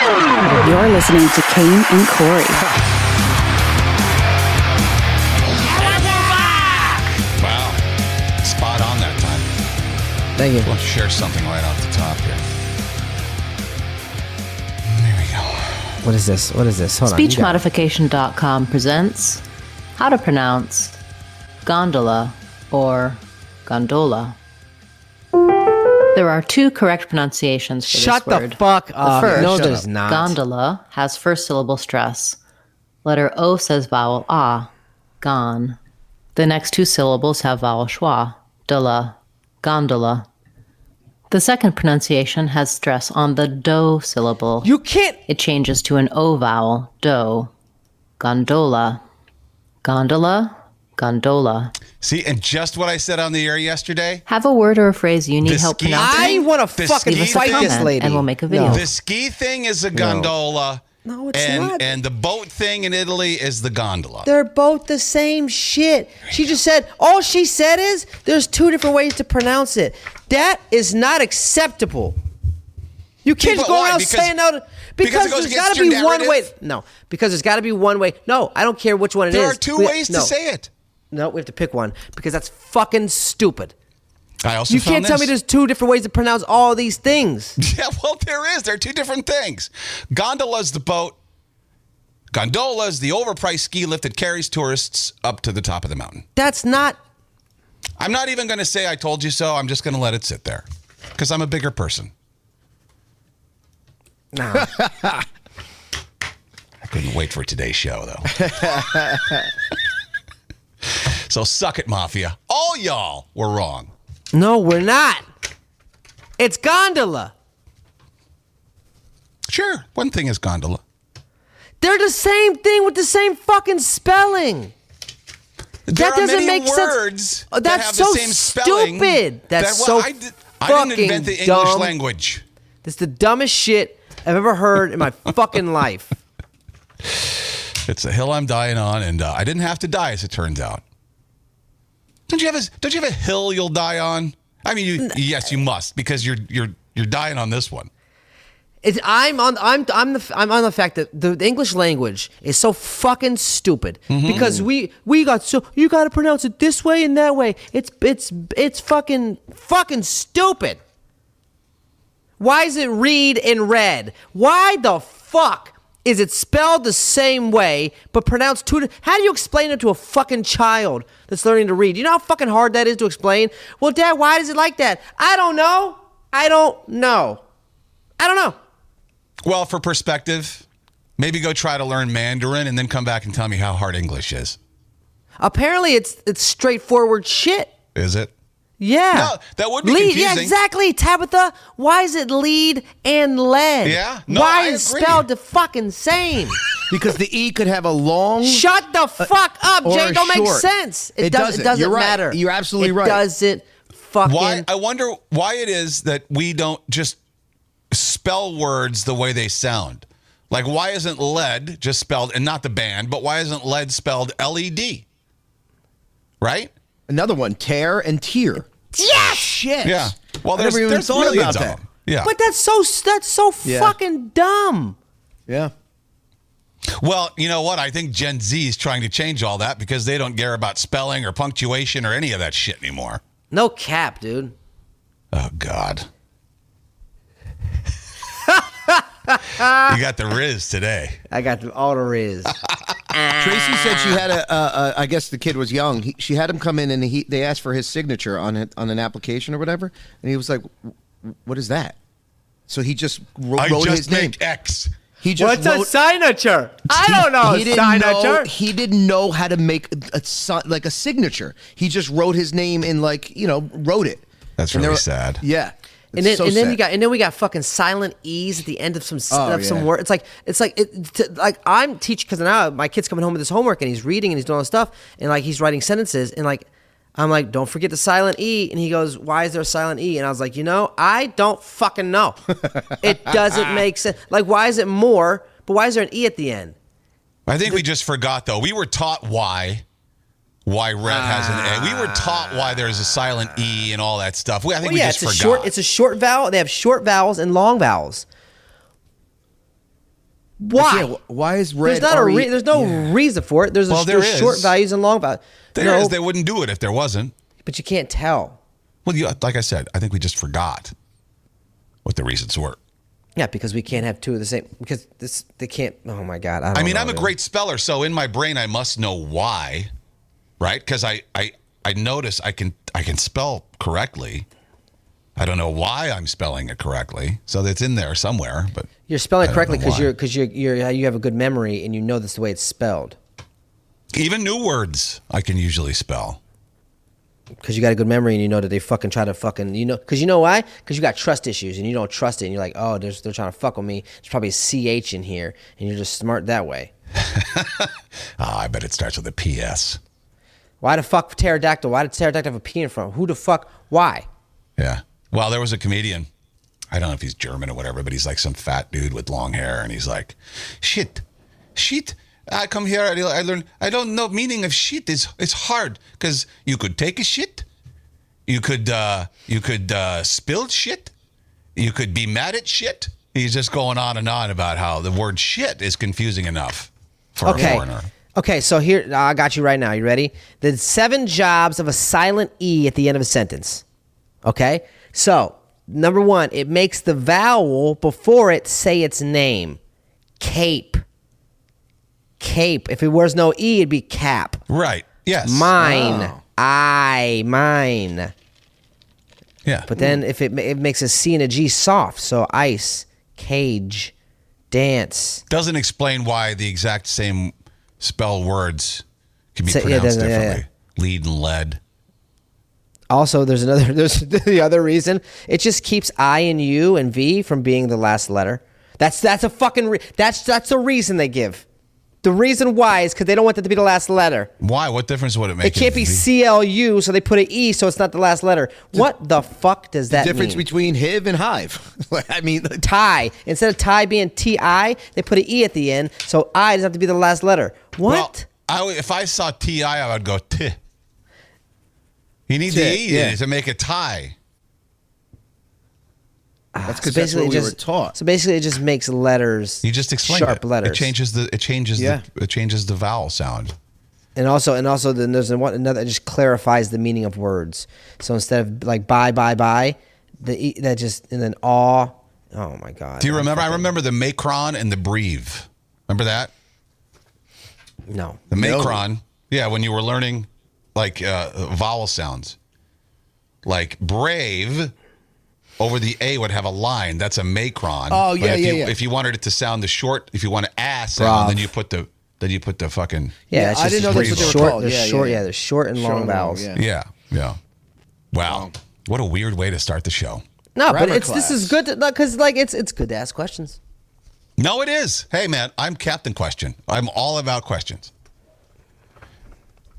You're listening to Kane and Corey. Wow. Spot on that time. Thank you. We'll share something right off the top here. There we go. What is this? What is this? Hold on. you got- Speechmodification.com presents how to pronounce gondola or gondola. There are two correct pronunciations for Shut this the word. fuck up. first- Um, no, there's not. Gondola has first syllable stress. Letter O says vowel ah, gone. The next two syllables have vowel schwa, dula, gondola. The second pronunciation has stress on the do syllable. You can't. It changes to an O vowel, do, gondola, gondola, gondola. See, and just what I said on the air yesterday, Have a word or a phrase you need help Biscuit. pronouncing? I want to This fucking leaves fight a this comment, lady. and we'll make a video. the ski thing is a gondola. No, it's and, not. And the boat thing in Italy is the gondola. They're both the same shit. She just said, all she said is, there's two different ways to pronounce it. That is not acceptable. You can't but just go why? around Because- saying that because it goes because, there's against got to your be one way. narrative? No, because there's got to be one way. No, I don't care which one it is. there are two We- ways no. to say it. No, we have to pick one because that's fucking stupid. I also You found can't tell me this. there's two different ways to pronounce all these things. Yeah, well, there is. There are two different things. Gondola's the boat. Gondola's the overpriced ski lift that carries tourists up to the top of the mountain. That's not. I'm not even going to say I told you so. I'm just going to let it sit there because I'm a bigger person. Nah. I couldn't wait for today's show, though. so suck it, Mafia. All y'all were wrong. no, we're not. It's gondola. Sure, one thing is gondola. They're the same thing with the same fucking spelling. There That are many doesn't make sense. words Oh, that that's have so the same spelling stupid. That's so I, did, I didn't invent fucking the English dumb. language. That's the dumbest shit I've ever heard in my fucking life. It's a hill I'm dying on, and uh, I didn't have to die, as it turns out. Don't you have a Don't you have a hill you'll die on? I mean, you, yes, you must because you're you're you're dying on this one. It's, I'm on. I'm. I'm the. I'm on the fact that the, the English language is so fucking stupid because we we got so you got to pronounce it this way and that way. It's it's it's fucking fucking stupid. Why is it read and red? Why the fuck is it spelled the same way but pronounced two? di- How do you explain it to a fucking child that's learning to read? You know how fucking hard that is to explain. Well, Dad, why is it like that? I don't know. I don't know. I don't know. Well, for perspective, maybe go try to learn Mandarin and then come back and tell me how hard English is. Apparently, it's it's straightforward shit. Is it? Yeah, No, that would be lead. confusing. Yeah, exactly, Tabitha. Why is it lead and lead? Yeah, no, I why is it agree. spelled the fucking same? because the E could have a long. Shut the fuck up, or Jay. It Don't make short. sense. It doesn't. It doesn't You're right. matter. You're absolutely it right. Doesn't fucking. Why? I wonder why it is that we don't just spell words the way they sound. Like, why isn't lead just spelled, and not the band, but why isn't lead spelled L E D? Right? Another one, tear and tear. Yes. Shit. Yeah. Well, I never there's, even there's thought millions about of that. them. Yeah. But that's so that's so Yeah. fucking dumb. Yeah. well, you know what? I think Gen Z is trying to change all that because they don't care about spelling or punctuation or any of that shit anymore. No cap, dude. Oh God. you got the Riz today. I got the all there is. Tracy said she had a. Uh, uh, I guess the kid was young. He, she had him come in and he. They asked for his signature on it on an application or whatever, and he was like, "Wh- "What is that?" So he just wrote, I wrote just his make name. X. He just wrote, signature? I don't he didn't know. He didn't know how to make a, si- like a signature. He just wrote his name and like you know wrote it. That's And there really were- sad. Yeah. And then, so and then sad. you got, and then we got fucking silent e's at the end of some s- Oh, of some yeah. word. It's like it's like it, t- like I'm teaching because now my kid's coming home with his homework and he's reading and he's doing all this stuff and like he's writing sentences and like I'm like, don't forget the silent e. And he goes, why is there a silent e? And I was like, you know, I don't fucking know. it doesn't make sense. Like, why is it more? But why is there an e at the end? I think we just forgot though. We were taught why why red has an A. We were taught why there's a silent E and all that stuff. We, I Oh, think Well, we yeah, just it's a forgot. short. It's a short vowel. They have short vowels and long vowels. Why? Yeah, wh- why is red? E There's not a RE re- there's no reason for it. There's a Well, sh- there there's short is. values and long values. There no, is- They wouldn't do it if there wasn't. but you can't tell. Well, you, like I said, I think we just forgot what the reasons were. Yeah, because we can't have two of the same. Because this they can't. Oh my god! I, don't I mean, know, I'm a dude. great speller, so in my brain I must know why, right? Because I, I I notice I can I can spell correctly. I don't know why I'm spelling it correctly, so that's in there somewhere. But You're spelling I don't it correctly know because why. you're because you're, you're you have a good memory and you know this the way it's spelled even new words I can usually spell. because you got a good memory and you know that they fucking try to fucking you know because you know why because you got trust issues and you don't trust it and you're like oh there's they're trying to fuck with me there's probably a ch in here and you're just smart that way. Ah, I bet it starts with a PS. Why the fuck pterodactyl? Why did pterodactyl have a P in front? Who the fuck? Why? Yeah. Well, there was a comedian. I don't know if he's German or whatever, but he's like some fat dude with long hair, and he's like, "Shit, shit." I come here. I, I learn. I don't know meaning of shit. It's it's hard because you could take a shit, you could uh, you could uh, spill shit, you could be mad at shit. He's just going on and on about how the word shit is confusing enough for a foreigner. Okay, so here I got you right now. You ready? The seven jobs of a silent e at the end of a sentence. Okay? So, number 1, it makes the vowel before it say its name. Cape. Cape. If it was no e, it'd be cap. Right. Yes. Mine. I mine. Yeah. But then if it ma- it makes a c and a g soft, so ice, cage, dance. doesn't explain why the exact same spell words can be So- yeah, pronounced doesn't- yeah, differently. Lead and lead. Also, there's another. There's the other reason. It just keeps I and U and V from being the last letter. That's that's a fucking. Re- that's that's the reason they give. The reason why is because they don't want that to be the last letter. Why? What difference would it make? It can't be if we- C L U, so they put an E, so it's not the last letter. What the fuck does that difference mean? between hiv and hive. Like, I mean, like, tie instead of tie being T I, they put an E at the end, so I doesn't have to be the last letter. Well, What? I would- if I saw Ti, I would go T. You need T, the E in yeah. it to make a tie. that's because that's what we Ah, it just, were taught. So basically, it just makes letters. You just explained sharp it. letters. It changes the it changes Yeah. the it changes the vowel sound. And also, and also, then there's one another that just clarifies the meaning of words. So instead of like bye, bye, bye, the e, that just and then aw. Oh my god! Do you remember? I remember the Macron and the Breve. Remember that? No. The Macron. Yeah, when you were learning like uh, vowel sounds. Like brave over the A would have a line. That's a Macron. Oh, But yeah, if yeah, you, yeah. If you wanted it to sound the short, if you want to ass sound, then you put the then you put the fucking Yeah, it's I just, didn't know that's what they were short. called. They're Yeah, yeah, short. Yeah, yeah. they're short and long vowels. Oh, yeah. yeah yeah. Wow, what a weird way to start the show. No, but Grammar it's this is good because like it's it's good to ask questions. No, it is. Hey man, I'm Captain Question. I'm all about questions.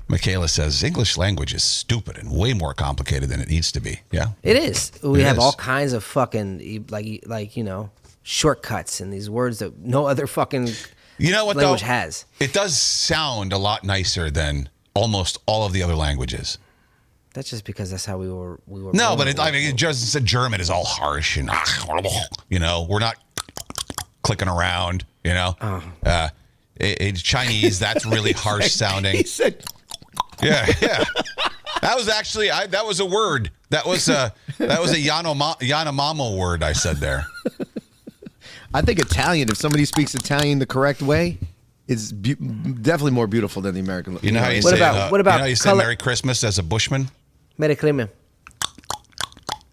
Michaela says English language is stupid and way more complicated than it needs to be. Yeah. It is. We It have is. all kinds of fucking e, like like you know shortcuts and these words that no other fucking You know what language though? has. It does sound a lot nicer than almost all of the other languages. That's just because that's how we were we were. No, born but it, with I mean, it just said German is all harsh and ah, you know we're not clicking around. You know, Uh-huh. uh, it, it's Chinese that's really harsh sounding. He said, Yeah, yeah. That was actually I, that was a word. That was a that was a Yanoma, Yanomamo word I said there. I think Italian. If somebody speaks Italian the correct way, is be- definitely more beautiful than the American. You know how you it's- say about- uh, what about you know how you say color- Merry Christmas as a Bushman? Merry Christmas.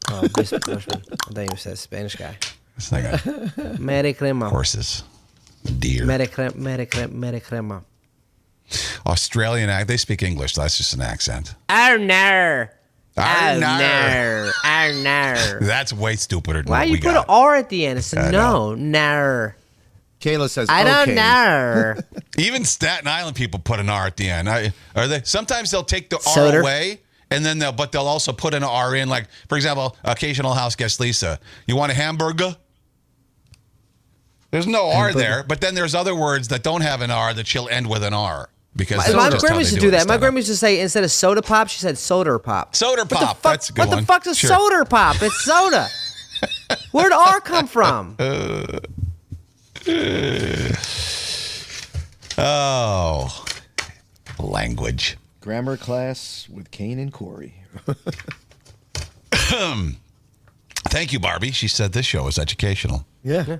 Oh, this Bushman. I thought you said Spanish guy. It's like a, Merry Christmas. uh, horses, deer. Merry Christmas. Merry Christmas. Merry Christmas. Australian act. They speak English. That's just an accent. Arner. Arnar. Arnar. Arnar. That's way stupider than Why what you we put got. an R at the end? It's I no, nar. Kayla says, I don't okay. know. Even Staten Island people put an R at the end. I, are they? Sometimes they'll take the R Soder. away, and then they'll, but they'll also put an R in. Like for example, occasional house guest Lisa. You want a hamburger? There's no R there, but then there's other words that don't have an R that she'll end with an R because that's my just how grandma they used to do do it in that. My Staten grandma used to say instead of soda pop, she said soda pop. Soda What the pop, fuck- that's a good What one. the fuck's a Sure. soda pop? It's soda. Where'd R come from? Oh, language. Grammar class with Kane and Corey. Thank you, Barbie. She said this show is educational. Yeah. You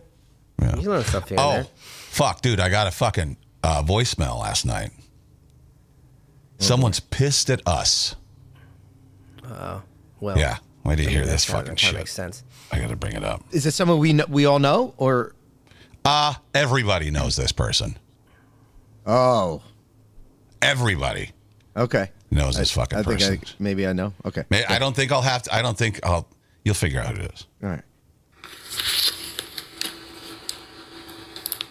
can learn stuff here. and Oh, there. fuck, dude. I got a fucking uh, voicemail last night. Someone's pissed at us. Uh, Well, Yeah. Wait till you hear this that fucking kinda makes shit. sense. I got to bring it up. Ah, Is it someone we know, we all know or Everybody knows this person. oh Everybody okay knows this fucking I think person. I, maybe I know. Okay. May- I don't think I'll have to. I don't think I'll. You'll figure out who it is. All right.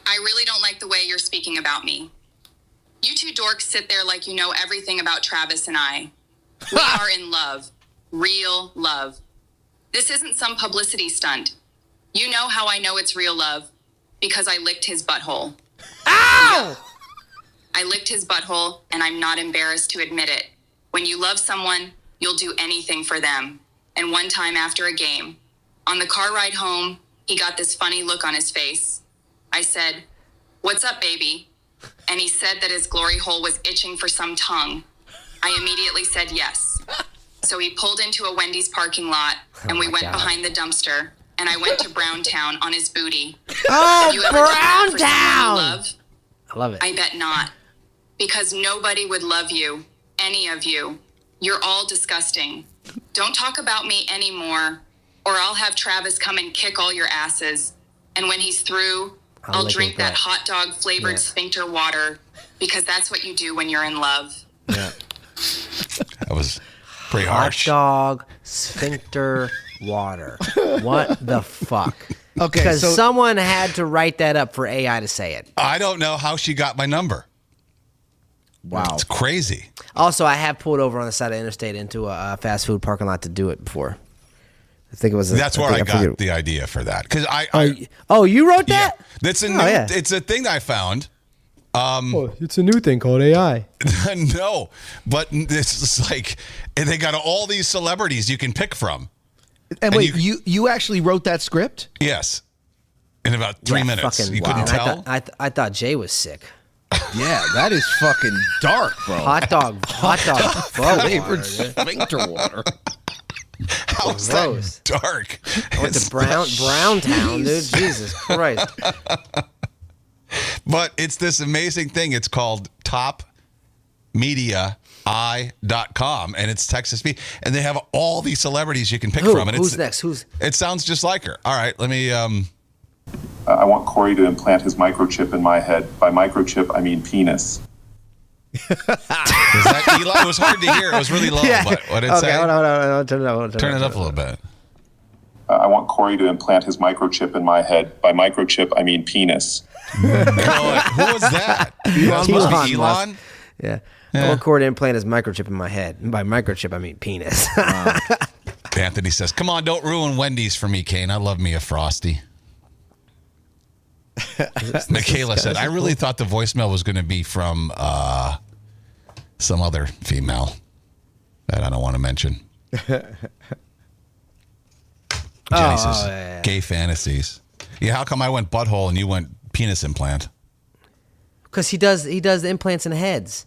I really don't like the way you're speaking about me. You two dorks sit there like you know everything about Travis and I. We are in love, real love. This isn't some publicity stunt. You know how I know it's real love because I licked his butthole. Ow! I licked his butthole, and I'm not embarrassed to admit it. When you love someone, you'll do anything for them. And one time after a game, on the car ride home, he got this funny look on his face. I said, What's up, baby? And he said that his glory hole was itching for some tongue. I immediately said yes. So he pulled into a Wendy's parking lot, Oh and we went behind the dumpster, and I went to Browntown on his booty. Oh, You ever done that for someone you Browntown! love? I love it. I bet not. Because nobody would love you, any of you. You're all disgusting. Don't talk about me anymore, or I'll have Travis come and kick all your asses. And when he's through, I'll, lick drink it that back. hot dog flavored sphincter water because that's what you do when you're in love. That was pretty Hot harsh. dog, sphincter, water. What the fuck? Okay, Because so- someone had to write that up for AI to say it. I don't know how she got my number. Wow. It's crazy. Also, I have pulled over on the side of the interstate into a uh, fast food parking lot to do it before. I think it was. A, That's where I, think got forget- the idea for that. Because I, I Oh, you wrote Yeah. that? That's a new, yeah. it's a thing I found. It's a new thing called AI. no, but this is like and they got all these celebrities you can pick from. And wait, you- you, you actually wrote that script? Yes. In about three Yeah, minutes. fucking you wow. couldn't I tell? thought, I, th- I thought Jay was sick. Yeah, that is fucking dark, bro. Hot dog, hot dog, bro. flavored sphincter water. How is Gross. that dark? It's- It's brown, brown town, dude. Jesus Christ. but it's this amazing thing. It's called Top Media com and it's Texas Speed and they have all these celebrities you can pick Who? from and Who's it's next? Who's- it sounds just like her all right let me um Uh, I want Corey to implant his microchip in my head. By microchip, I mean penis. is that Eli? it was hard to hear it was really low but what did it Okay, say hold on, hold on, hold on, turn it up. hold on, turn on, it up a little bit Uh, I want Corey to implant his microchip in my head. By microchip, I mean penis. Going, who was that? Elon Musk. must be Elon Musk. Elon. Yeah. I want Corey to implant his microchip in my head. And by microchip, I mean penis. Anthony says, "Come on, don't ruin Wendy's for me, Kane. I love me a frosty." Michaela said, "I really thought the voicemail was going to be from uh, some other female that I don't want to mention." Jenny says, Oh, "Gay fantasies." Yeah, how come I went butthole and you went penis implant? Because he does he does the implants in heads.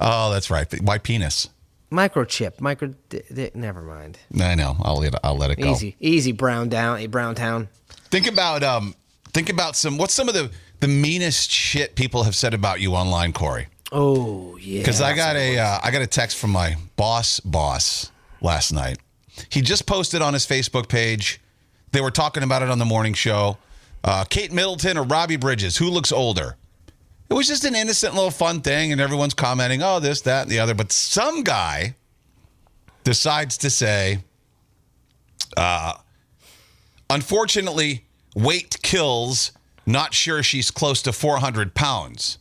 Oh, that's right. Why penis? Microchip, micro. Di- di- never mind. I know. I'll let it, I'll let it go. Easy, easy. Brown down, eh, brown town. Think about um think about some what's some of the the meanest shit people have said about you online, Corey. Oh yeah. Because I got a uh, I got a text from my boss boss last night. He just posted on his Facebook page. They were talking about it on the morning show. Uh, Kate Middleton or Robbie Bridges, who looks older? It was just an innocent little fun thing, and everyone's commenting, oh, this, that, and the other. But some guy decides to say, uh, unfortunately, weight kills. Not sure she's close to 400 pounds.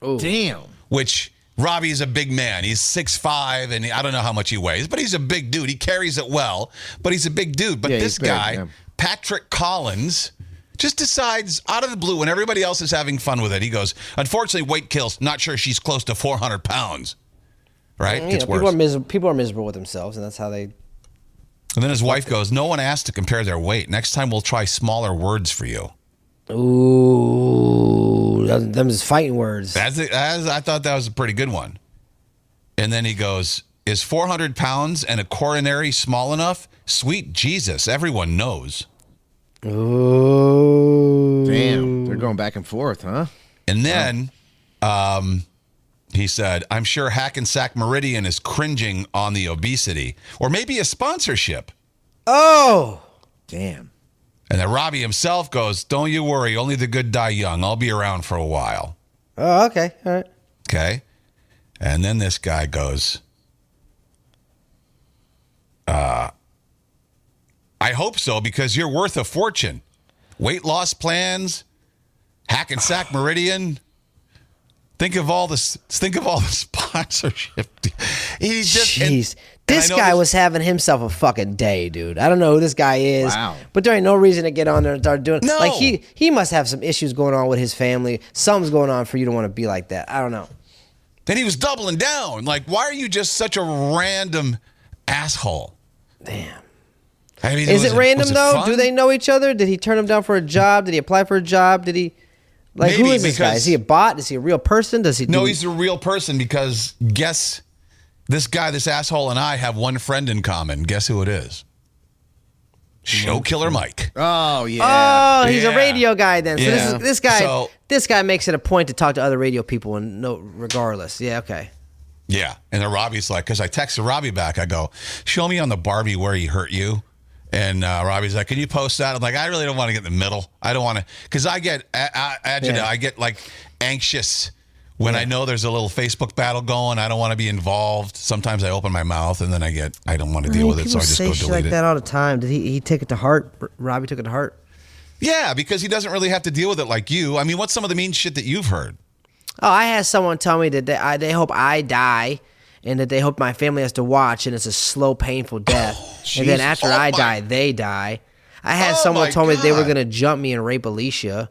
Damn. Which Robbie is a big man. He's 6'5", and he- I don't know how much he weighs, but he's a big dude. He carries it well, but he's a big dude. But Yeah, this he's big, guy, yeah. Patrick Collins, just decides out of the blue when everybody else is having fun with it. He goes, unfortunately, weight kills. Not sure she's close to 400 pounds. Right? You Gets know, worse. people are miserable. People are miserable with themselves, and that's how they. And then his wife goes, No one asked to compare their weight. Next time we'll try smaller words for you. Ooh, them, them's fighting words. That's, that's I thought that was a pretty good one. And then he goes, Is 400 pounds and a coronary small enough? Sweet Jesus, everyone knows. Ooh. Damn. They're going back and forth, huh? And then um, he said, I'm sure Hackensack Meridian is cringing on the obesity, or maybe a sponsorship. Oh, damn. And then Robbie himself goes, Don't you worry, only the good die young. I'll be around for a while. Oh, okay, all right. Okay. And then this guy goes, uh, I hope so because you're worth a fortune. Weight loss plans, hack and sack meridian. Think of all this. Think of all the sponsorship. He just and- Jeez. and I this know guy was having himself a fucking day, dude. I don't know who this guy is, Wow. but there ain't no reason to get on there and start doing. No. Like he he must have some issues going on with his family. Something's going on for you to want to be like that. I don't know. Then he was doubling down. Like, why are you just such a random asshole? Damn. I mean, is was it random was though? fun? Do they know each other? Did he turn him down for a job? Did he apply for a job? Did he? Like who Maybe is this guy? because- Is he a bot? Is he a real person? Does he? No, do- he's a real person because guess this guy, this asshole, and I have one friend in common. Guess who it is? Show Killer Mike. Oh Oh, he's a radio guy then. So this Yeah. is, this guy So- this guy makes it a point to talk to other radio people and no regardless. Yeah, okay. Yeah, and then Robbie's like, because I texted Robbie back. I go, show me on the Barbie where he hurt you. And uh, Robbie's like, can you post that? I'm like, I really don't want to get in the middle. I don't want to, because I get, a- a- agita- Yeah. I get like anxious when I know there's a little Facebook battle going. I don't want to be involved. Sometimes I open my mouth and then I get, I don't want to deal with it, so I just say go shit delete like it. that all the time. Did he he take it to heart? R- Robbie took it to heart. Yeah, because he doesn't really have to deal with it like you. I mean, what's some of the mean shit that you've heard? Oh, I had someone tell me that they, I, they hope I die and that they hope my family has to watch and it's a slow, painful death. and then Jesus. after Oh, my- I die, they die. I had Oh, someone my tell me that they were God. going to jump me and rape Alicia.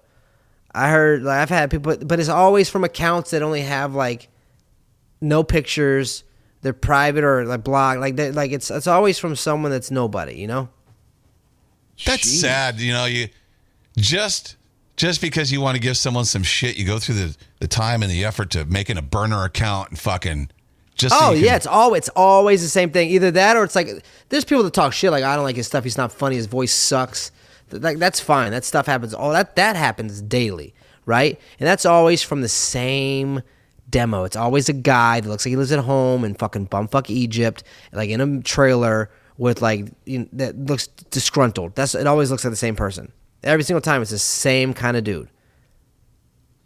I heard, like, I've had people, but it's always from accounts that only have like no pictures. They're private or like blocked. Like, they, like it's it's always from someone that's nobody, you know. That's sad. You know, you just just because you want to give someone some shit, you go through the the time and the effort to making a burner account and fucking just. so oh you yeah, can- it's always it's always the same thing. Either that or it's like there's people that talk shit like I don't like his stuff. He's not funny. His voice sucks. Th- Like that's fine. That stuff happens. All that that happens daily, right? And that's always from the same demo. It's always a guy that looks like he lives at home in fucking bumfuck Egypt, like in a trailer with like you know, that looks disgruntled. That's it. Always looks like the same person. Every single time, it's the same kind of dude.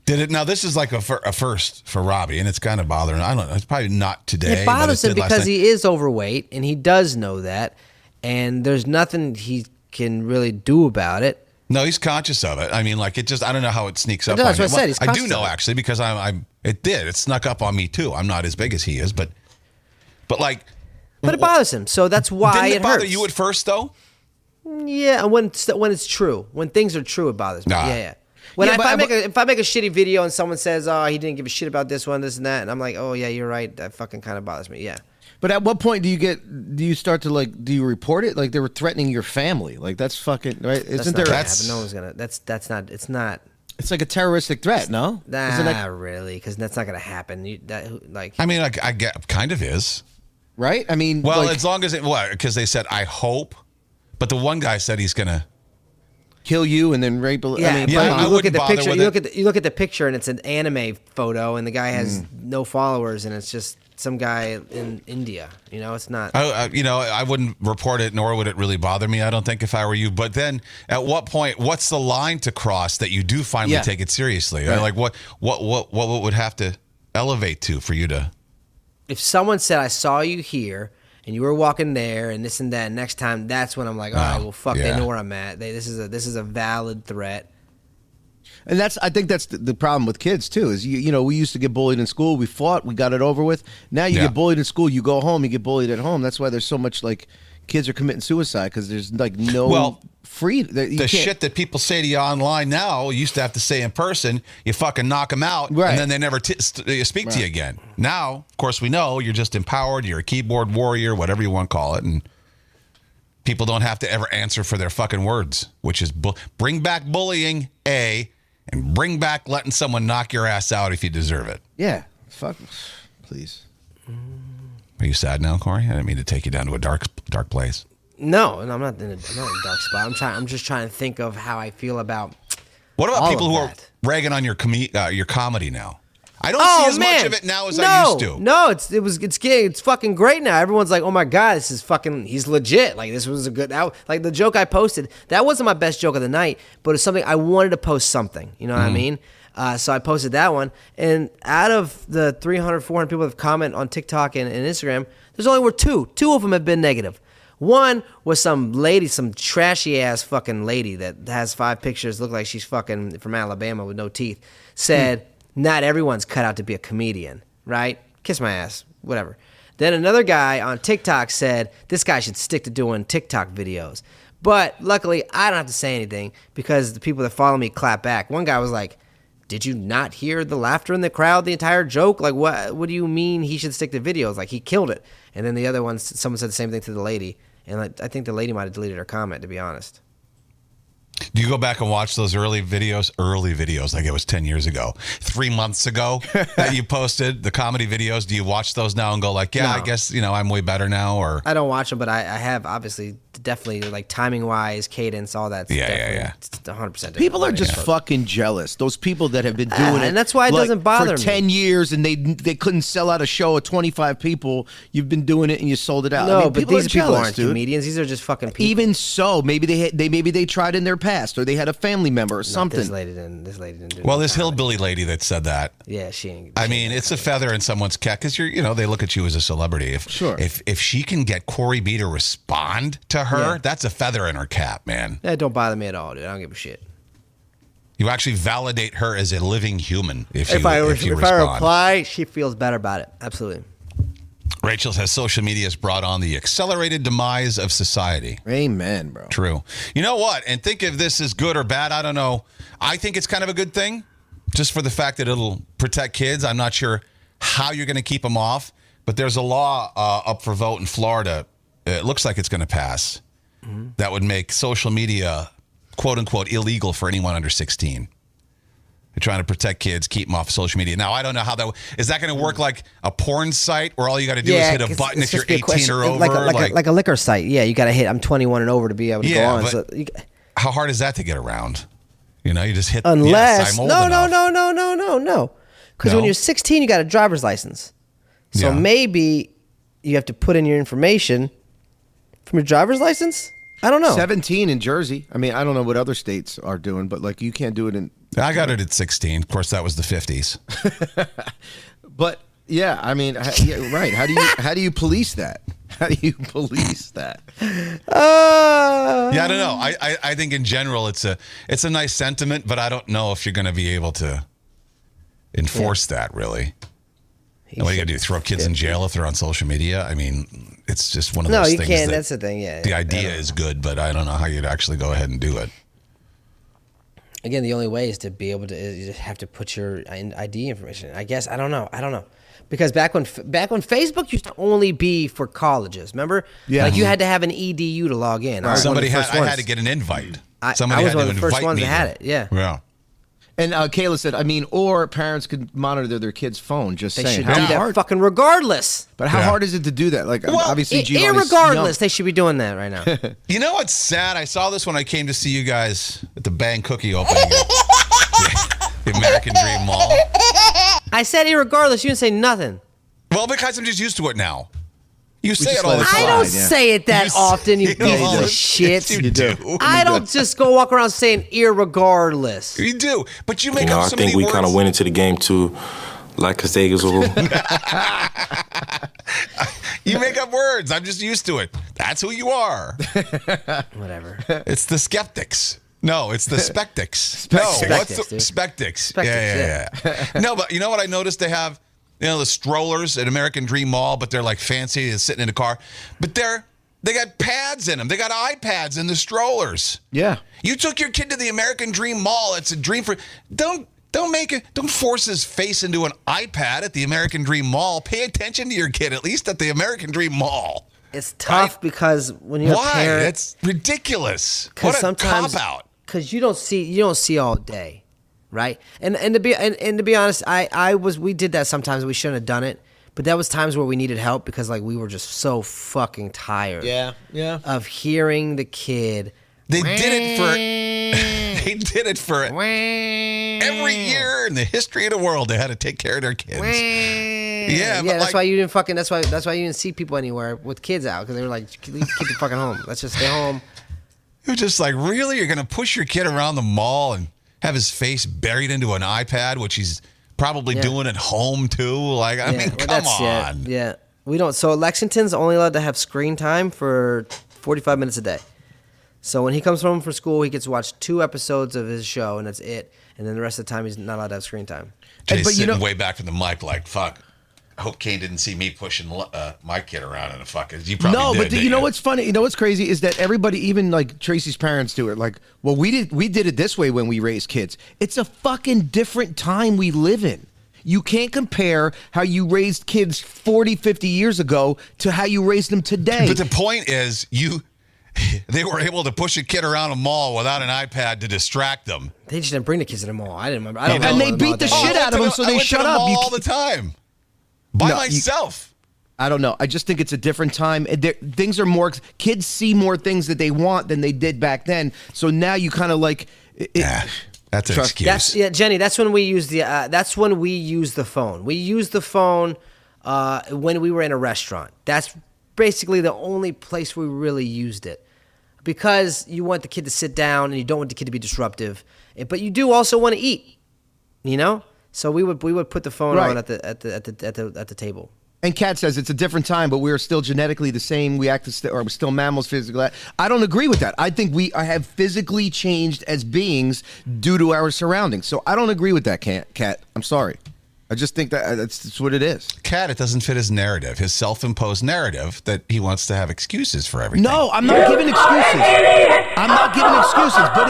Did it now? This is like a, fir- a first for Robbie, and it's kind of bothering. I don't know. It's probably not today. It but bothers it him did last because night. he is overweight and he does know that. And there's nothing he can really do about it. No, he's conscious of it. I mean, like it just. I don't know how it sneaks up. No, that's on what me. I said, he's I do conscious know of it. actually because I'm. I'm it did. It snuck up on me too. I'm not as big as he is, but but like. But it bothers him. So that's why Didn't it, it, bother hurts. you at first though? yeah, and when it's- when it's true, when things are true, it bothers me. Nah. Yeah, yeah. When Yeah, I, if but- I make a if I make a shitty video and someone says, "Oh, he didn't give a shit about this one, this and that," and I'm like, "Oh yeah, you're right," that fucking kind of bothers me. Yeah. But at what point do you get? Do you start to like? Do you report it? Like they were threatening your family. Like that's fucking right. Isn't that's not there? Gonna happen. No one's gonna. That's that's not. It's not. It's like a terroristic threat. No. Nah, Isn't that- really, because that's not gonna happen. You, that, who- like, I mean, like I get kind of is. Right? I mean, well, like- as long as it what? Because they said I hope, but the one guy said he's gonna. kill you and then rape. Yeah, I mean, but I you look wouldn't at the bother picture. with You it. look at the, you look at the picture, and it's an anime photo, and the guy has Mm. no followers, and it's just some guy in India. You know, it's not. I, I, you know, I wouldn't report it, nor would it really bother me. I don't think if I were you. But then, at what point? What's the line to cross that you do finally Yeah. take it seriously? Right. Like what? What? What? What would have to elevate to for you to? if someone said, "I saw you here," and you were walking there and this and that. Next time, that's when I'm like, all right, Oh, well, fuck, yeah. they know where I'm at. They, this is a this is a valid threat. And that's I think that's the, the problem with kids too is you you know we used to get bullied in school we fought we got it over with now you Yeah. get bullied in school you go home you get bullied at home that's why there's so much like kids are committing suicide because there's like no Well, free the the shit that people say to you online now you used to have to say in person you fucking knock them out Right. and then they never t- st- uh, speak to you Right. again now of course we know you're just empowered you're a keyboard warrior whatever you want to call it and people don't have to ever answer for their fucking words which is bu- bring back bullying a and bring back letting someone knock your ass out if you deserve it yeah fuck please are you sad now corey i didn't mean to take you down to a dark dark place No, no, I'm not in a, I'm not in a dark spot. I'm trying. I'm just trying to think of how I feel about. what about all people of who that. Oh, are ragging on your com- uh, your comedy now i don't see as much of it now as i No, used to No, it's it was it's getting it's fucking great now. Everyone's like, oh my god, this is fucking he's legit. Like this was a good out. Like the joke I posted, that wasn't my best joke of the night, but it's something I wanted to post something. You know what I Mm. Mhm. mean? Uh, so I posted that one, and out of the 300, 400 people that have comment on TikTok and, and Instagram, there's only were two. Two of them have been negative. One was some lady, some trashy ass fucking lady that has five pictures, look like she's fucking from Alabama with no teeth. Said, not everyone's cut out to be a comedian, right? Kiss my ass, whatever. Then another guy on TikTok said, this guy should stick to doing TikTok videos. But luckily, I don't have to say anything because the people that follow me clap back. One guy was like, did you not hear the laughter in the crowd the entire joke like what what do you mean he should stick to videos like he killed it and then the other one someone said the same thing to the lady and like, i think the lady might have deleted her comment to be honest Do you go back and watch those early videos? Early videos, like it was 10 years ago, three months ago that you posted the comedy videos. Do you watch those now and go, like, yeah, I No. guess, you know, I'm way better now? Or, i don't watch them but i, I have obviously definitely like timing wise cadence all that Yeah, yeah, yeah. yeah 100% different. people are Yeah. just fucking jealous those people that have been doing Ah, it and that's why it like, doesn't bother for me. 10 years and they they couldn't sell out a show of 25 people you've been doing it and you sold it out no I mean, but people these are people jealous, aren't dude. comedians these are just fucking people Even so, maybe they had, they maybe they tried in their past, or they had a family member or something. this lady didn't. This lady didn't. Do well, this hillbilly lady that said that. Yeah, she ain't. I mean, it's a feather in someone's cap because you're, you know, they look at you as a celebrity. If Sure. if if she can get Corey B to respond to her, Yeah. that's a feather in her cap, man. that don't bother me at all dude i don't give a shit You actually validate her as a living human if, if you i if you if i respond. reply she feels better about it absolutely Rachel says social media has brought on the accelerated demise of society. Amen, bro. True. You know what? And think if this is good or bad. I don't know. I think it's kind of a good thing just for the fact that it'll protect kids. I'm not sure how you're going to keep them off, but there's a law uh, up for vote in Florida. It looks like it's going to pass Mm-hmm. that would make social media quote unquote illegal for anyone under 16. They're trying to protect kids, keep them off social media. Now, I don't know how that is that going to work like a porn site where all you got to do is hit a 'cause button Mm. it's if you're supposed to be a 18 question- or over. Like a, like, a, like a liquor site. Yeah, you got to hit. I'm 21 and over to be able to Yeah, go on. but So you, how hard is that to get around? You know, you just hit yes, unless I'm old no, no, enough. no, no, no, no, no. Because No. when you're 16, you got a driver's license. So Yeah. maybe you have to put in your information from your driver's license. I don't know. 17 in Jersey. I mean, I don't know what other states are doing, but like you can't do it in. I got it at 16. Of course, that was the 50s. But yeah, I mean, I- yeah, right? How do you how do you police that? How do you police that? Uh, yeah, I don't know. I, I, I think in general it's a it's a nice sentiment, but I don't know if you're going to be able to enforce that really. And what do you got to do? Throw kids in jail if they're on social media? I mean, it's just one of No, those you things. can't. that That's the thing, yeah, the yeah, I idea is good, but I don't know how you'd actually go ahead and do it. Again, the only way is to be able to is you have to put your I- ID information. I guess I don't know. I don't know. Because back when back when Facebook used to only be for colleges, remember? Yeah. Mm-hmm. Like you had to have an EDU to log in. I was one of Somebody the had, first I ones. had to get an invite. I- Somebody I was had one to of the first invite ones me that had to- it, yeah. Yeah. And uh, Kayla said, I mean, or parents could monitor their kid's phone. Just They saying, should how do that hard? fucking regardless. But how hard is it to do that? Like, um, Well, obviously, i- Giovanni's irregardless, young. they should be doing that right now. You know what's sad? I saw this when I came to see you guys at the Bang Cookie opening, at the American Dream Mall. I said irregardless. You didn't say nothing. Well, because I'm just used to it now. You say just it all let the it time. slide, I don't yeah. say it that You often, you say it all piece of the- shit. You do. I don't just go walk around saying irregardless. You do, but you You know, I think we kind of went into the game too Like a Zegazoo. You make up words. I'm just used to it. That's who you are. Whatever. It's the skeptics. No, it's the spectics. no, what's the Spectics, spectics? Spectics, yeah, yeah, yeah. no, but you know what I noticed? They have you know the strollers at American Dream Mall, but they're like fancy. It's sitting in a car, but they're they got pads in them. They got iPads in the strollers. Yeah. You took your kid to the American Dream Mall. It's a dream for don't. Don't make it. Don't force his face into an iPad at the American Dream Mall. Pay attention to your kid, at least at the American Dream Mall. It's tough because when you're Why? a parent, That's ridiculous. What a cop out. Because you don't see you don't see all day, right? And and to be and, and to be honest, I I was we did that sometimes. We shouldn't have done it, but that was times where we needed help because like we were just so fucking tired. Yeah, yeah. Of hearing the kid. They did it for. they did it for every year in the history of the world. They had to take care of their kids. Yeah, Yeah, but that's like- why you didn't fucking. That's why. That's why you didn't see people anywhere with kids out because they were like, "Leave the kid fucking home. Let's just stay home." You're just like, really? You're gonna push your kid around the mall and have his face buried into an iPad, which he's probably Yeah. doing at home too. Like, I Yeah, mean, well, come that's it. on. Yeah, we don't. So Lexington's only allowed to have screen time for 45 minutes a day. So when he comes home from school, he gets to watch two episodes of his show, and that's it. And then the rest of the time, he's not allowed to have screen time. Jay's sitting way back from the mic, like, fuck. I hope Kane didn't see me pushing uh, my kid around in a fucking. You probably no, did, but the- didn't you know what's funny? You know what's crazy is that everybody, even like Tracy's parents, do it. Like, well, we did we did it this way when we raised kids. It's a fucking different time we live in. You can't compare how you raised kids 40, 50 years ago to how you raised them today. But the point is, you they were able to push a kid around a mall without an iPad to distract them. Oh, They just didn't bring the kids to the mall. I didn't remember. I don't And know they them beat all the day. shit out of them, so they shut up. You c- all the time by myself. I don't know. I just think it's a different time. And there- Things are more. Kids see more things that they want than they did back then. So now you kind of like. It, that's an excuse. That's yeah, Jenny. That's when we use the. Uh, that's when we use the phone. We use the phone uh, when we were in a restaurant. That's basically the only place we really used it, because you want the kid to sit down and you don't want the kid to be disruptive, eh, but you do also want to eat. You know, so we would we would put the phone Right. on at the at the at the at the, at the table. And Kat says it's a different time, but we are still genetically the same. We act, as st- or we're still mammals physically. I don't agree with that. I think we I have physically changed as beings due to our surroundings. So I don't agree with that, Kat. Kat. I'm sorry. I just think that uh, that's, that's what it is. Cat, it doesn't fit his narrative, his self-imposed narrative that he wants to have excuses for everything. No, I'm not giving excuses. I'm not giving excuses. But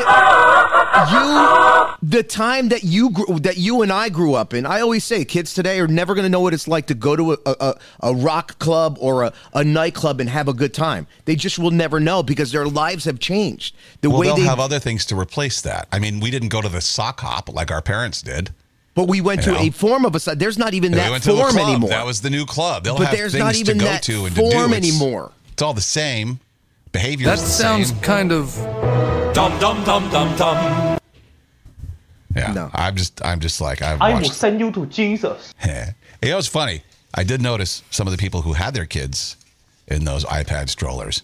it, you, the time that you grew, that you and I grew up in, I always say, kids today are never going to know what it's like to go to a, a, a rock club or a, a nightclub and have a good time. They just will never know because their lives have changed. The well, way they'll they have other things to replace that. I mean, we didn't go to the sock hop like our parents did. but we went you to know. a form of a. There's not even And we that went to the form club. anymore. That was the new club. They'll But have there's things not even to go that to and to do. form It's- anymore. It's all the same. Behavior. That sounds kind of dum dum dum dum dum. Yeah. I'm just. I'm just like I've I will watched. send you to Jesus. You know, it's funny. I did notice some of the people who had their kids in those iPad strollers,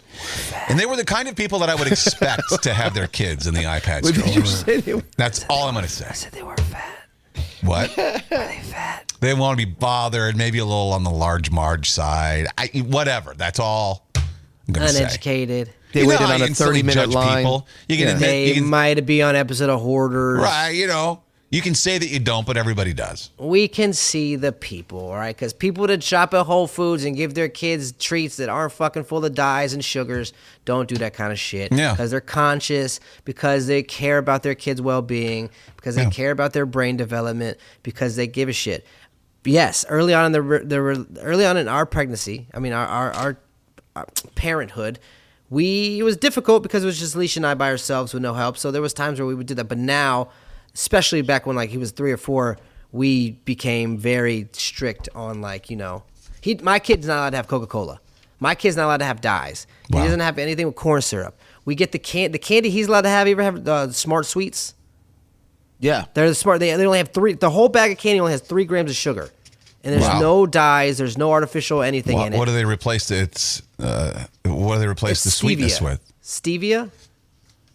and they were the kind of people that I would expect to have their kids in the iPad What did you strollers. say they were? That's all I'm going to say. I said they were fat. What? Were they fat? They want to be bothered. Maybe a little on the large Marge side. I, whatever. That's all I'm going to say. Uneducated. They You know waited how on you a can silly 30-minute judge line. people. You can admit- they you can- might be on episode of Hoarders. Right? You know, you can say that you don't, but everybody does. we can see the people, all right? Because people that shop at Whole Foods and give their kids treats that aren't fucking full of dyes and sugars don't do that kind of shit. Yeah. Because they're conscious, because they care about their kids' well being, because they care about their brain development, because they give a shit. Yes, early on in the, re- the re- early on in our pregnancy, I mean our our, our, our parenthood, we it was difficult because it was just Leisha and I by ourselves with no help. So there was times where we would do that, but now, especially back when like he was three or four, we became very strict on like you know, he my kid's not allowed to have Coca Cola, my kid's not allowed to have dyes. He doesn't have anything with corn syrup. We get the can the candy he's allowed to have. You ever have uh, Smart Sweets? Yeah, Oh, they're the smart. They, they only have three. The whole bag of candy only has three grams of sugar, and there's Wow. no dyes. There's no artificial anything What, in it. what do they replace the, it's? Uh, what do they replace the sweetness Stevia. with? Stevia.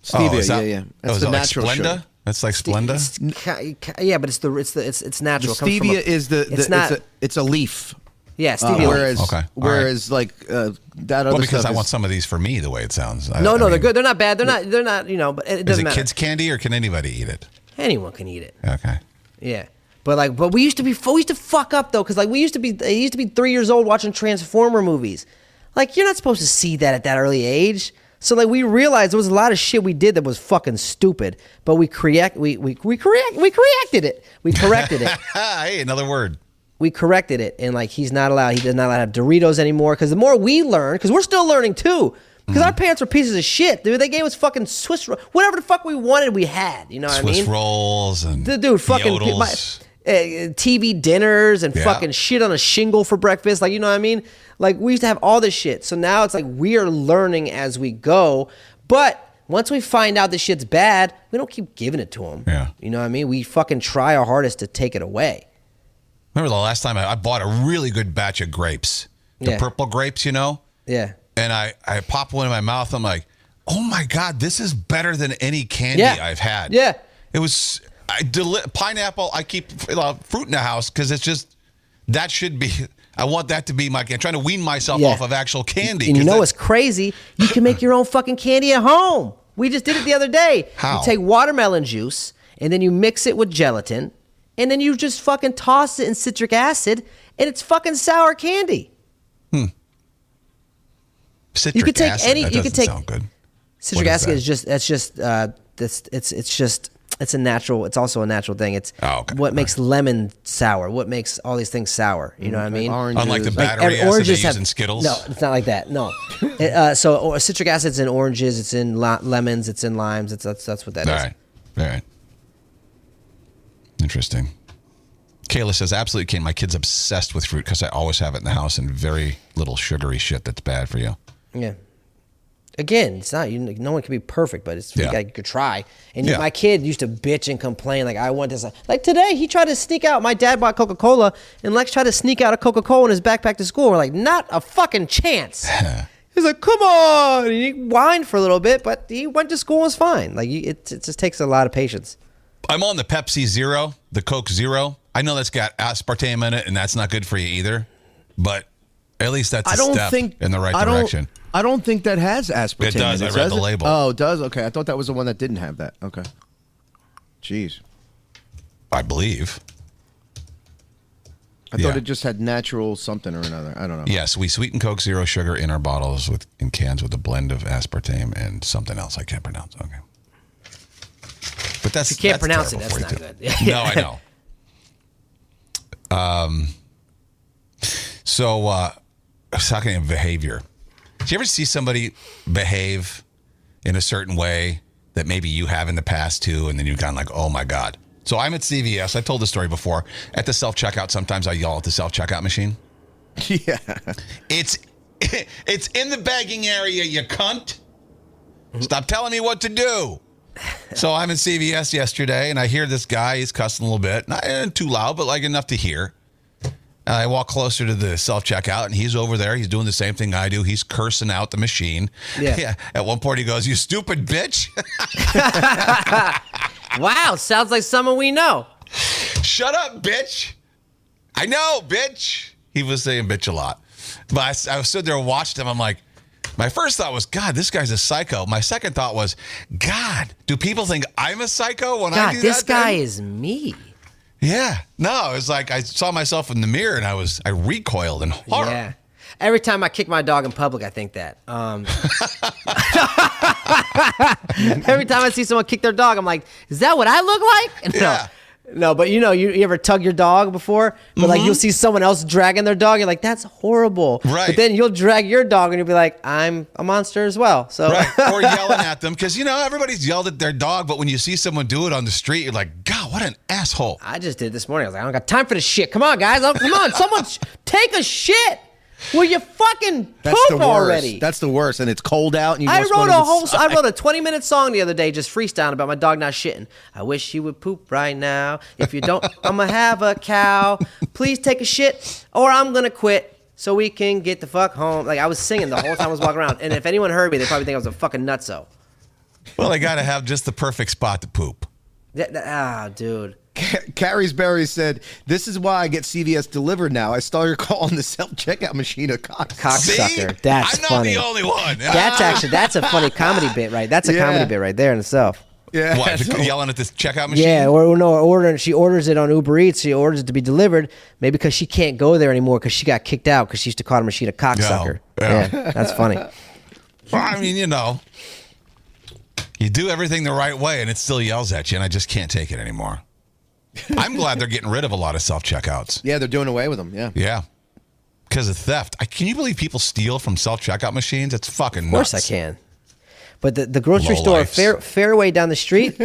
Stevia, is that- yeah, yeah. oh, is that like Splenda? sugar. That's like Splenda. Ca- ca- Yeah, but it's the it's the it's it's natural. The It comes from stevia a- is the, the it's not. it's, a, it's a leaf. Yeah, Uh, stevia leaf. whereas Oh, Okay, all right. whereas like uh, that other Well, because stuff I is- want some of these for me. The way it sounds. I- no, I no, they're mean, good. They're not bad. They're not. They're not. You know, but it Is doesn't it matter. kids' candy or can anybody eat it? Anyone can eat it. Okay. Yeah. But like, but we used to be, we used to fuck up though, because like we used to be, I used to be three years old watching Transformer movies. Like you're not supposed to see that at that early age. So like we realized there was a lot of shit we did that was fucking stupid, but we correct, we we we correct, we corrected it. We corrected it. Ah, hey, another word. we corrected it, and like he's not allowed, he does not allow to have Doritos anymore. Because the more we learn, because we're still learning too. Because our parents were pieces of shit, dude. They gave us fucking Swiss, ro- whatever the fuck we wanted, we had. You know what Swiss I mean? rolls and The dude fucking pe- my, yodels. uh, TV dinners and Yeah. fucking shit on a shingle for breakfast. Like you know what I mean? Like we used to have all this shit. So now it's like we are learning as we go. But once we find out this shit's bad, we don't keep giving it to them. Yeah. You know what I mean? We fucking try our hardest to take it away. Remember the last time I, I bought a really good batch of grapes, the Yeah. purple grapes, you know? Yeah. And I, I pop one in my mouth. I'm like, oh my God, this is better than any candy Yeah. I've had. Yeah. It was I deli- pineapple. I keep uh, fruit in the house because it's just, that should be, I want that to be my, I'm trying to wean myself Yeah. off of actual candy. And you 'cause know that- it's crazy. You can make your own fucking candy at home. We just did it the other day. How? You take watermelon juice and then you mix it with gelatin and then you just fucking toss it in citric acid and it's fucking sour candy. citric you could take acid, any- That you could doesn't take- sound good. Citric What is acid that? is just that's just uh that's it's it's just it's a natural it's also a natural thing. It's Oh, okay. what makes lemon sour, what makes all these things sour. Mm, You know what I mean? oranges. Unlike the Like, battery every- acid they oranges use have- in Skittles. No, it's not like that. No. It, uh, so or, citric acid's in oranges, it's in li- lemons, it's in limes. It's that's that's what that is. All right. All right. Interesting. Kayla says, absolutely, Kane. My kid's obsessed with fruit because I always have it in the house and very little sugary shit that's bad for you. Yeah. Again, it's not you. No one can be perfect, but it's Yeah. like you could try. And Yeah. my kid used to bitch and complain, like I want this. Like today, he tried to sneak out. My dad bought Coca Cola, and Lex tried to sneak out a Coca Cola in his backpack to school. We're like, not a fucking chance. He's like, come on. And he whined for a little bit, but he went to school and was fine. Like you- it, it just takes a lot of patience. I'm on the Pepsi Zero, the Coke Zero. I know that's got aspartame in it and that's not good for you either, but at least that's a I don't step think in the right I don't, direction. I don't think that has aspartame. It does. in I read does the it? label. Oh, it does. Okay, I thought that was the one that didn't have that. Okay. Jeez, I believe. I Yeah. thought it just had natural something or another. I don't know. Yes, we sweeten Coke Zero sugar in our bottles with in cans with a blend of aspartame and something else I can't pronounce. Okay, but that's If you that's can't pronounce it, terrible that's for you, not too. good. no, I know. Um, so uh, I was talking about behavior. Do you ever see somebody behave in a certain way that maybe you have in the past too, and then you've gone like, oh my god. So I'm at CVS. I've told this story before. At the self checkout, sometimes I yell at the self checkout machine. Yeah. It's it's in the bagging area, you cunt. Stop telling me what to do. So I'm in CVS yesterday, and I hear this guy. He's cussing a little bit, not eh, too loud, but like enough to hear. And I walk closer to the self checkout, and he's over there. He's doing the same thing I do. He's cursing out the machine. Yeah. At one point, he goes, "You stupid bitch! Wow, sounds like someone we know. Shut up, bitch! I know, bitch." He was saying "bitch" a lot, but I, s- I stood there and watched him. I'm like, my first thought was, "God, this guy's a psycho." My second thought was, "God, do people think I'm a psycho when I God, do this that?" thing?" guy is me. Yeah. No, it's like I saw myself in the mirror and I was I recoiled in horror. Yeah. Every time I kick my dog in public, I think that. Um, every time I see someone kick their dog, I'm like, is that what I look like? No. Yeah. No, but you know, you, you ever tug your dog before? But like Mm-hmm. you'll see someone else dragging their dog, you're like, that's horrible. Right. But then you'll drag your dog and you'll be like, I'm a monster as well. So Right. Or yelling at them because you know everybody's yelled at their dog, but when you see someone do it on the street, you're like, God, what an asshole. I just did this morning. I was like, I don't got time for this shit. Come on, guys. Oh, Come on. Someone sh- take a shit. Will you fucking That's the poop worst. already? That's the worst, and it's cold out. And you I just wrote wanna a just- whole. I wrote a twenty-minute song the other day, just freestyling about my dog not shitting. I wish he would poop right now. If you don't, I'ma have a cow. Please take a shit, or I'm gonna quit. So we can get the fuck home. Like I was singing the whole time I was walking around, and if anyone heard me, they probably think I was a fucking nutso. Well, they gotta have just the perfect spot to poop. That- that- ah, dude. Carrie's Berry said, "This is why I get CVS delivered now. I saw your call on the self checkout machine a cock Cocksucker. That's I'm not funny. the only one. That's actually that's a funny comedy bit, right? That's a Yeah. comedy bit right there in itself. Yeah. What? so- yelling at this checkout machine? Yeah, or, or no, or order. She orders it on Uber Eats. She orders it to be delivered, maybe because she can't go there anymore because she got kicked out because she used to call the machine a cocksucker. Yeah. Yeah, that's funny. Well, I mean, you know, you do everything the right way and it still yells at you, and I just can't take it anymore. I'm glad they're getting rid of a lot of self checkouts. Yeah, they're doing away with them. Yeah. Yeah. Because of theft. I, can you believe people steal from self checkout machines? It's fucking Of course nuts. I can. But the, the grocery store Lowlifes. fair, fairway down the street.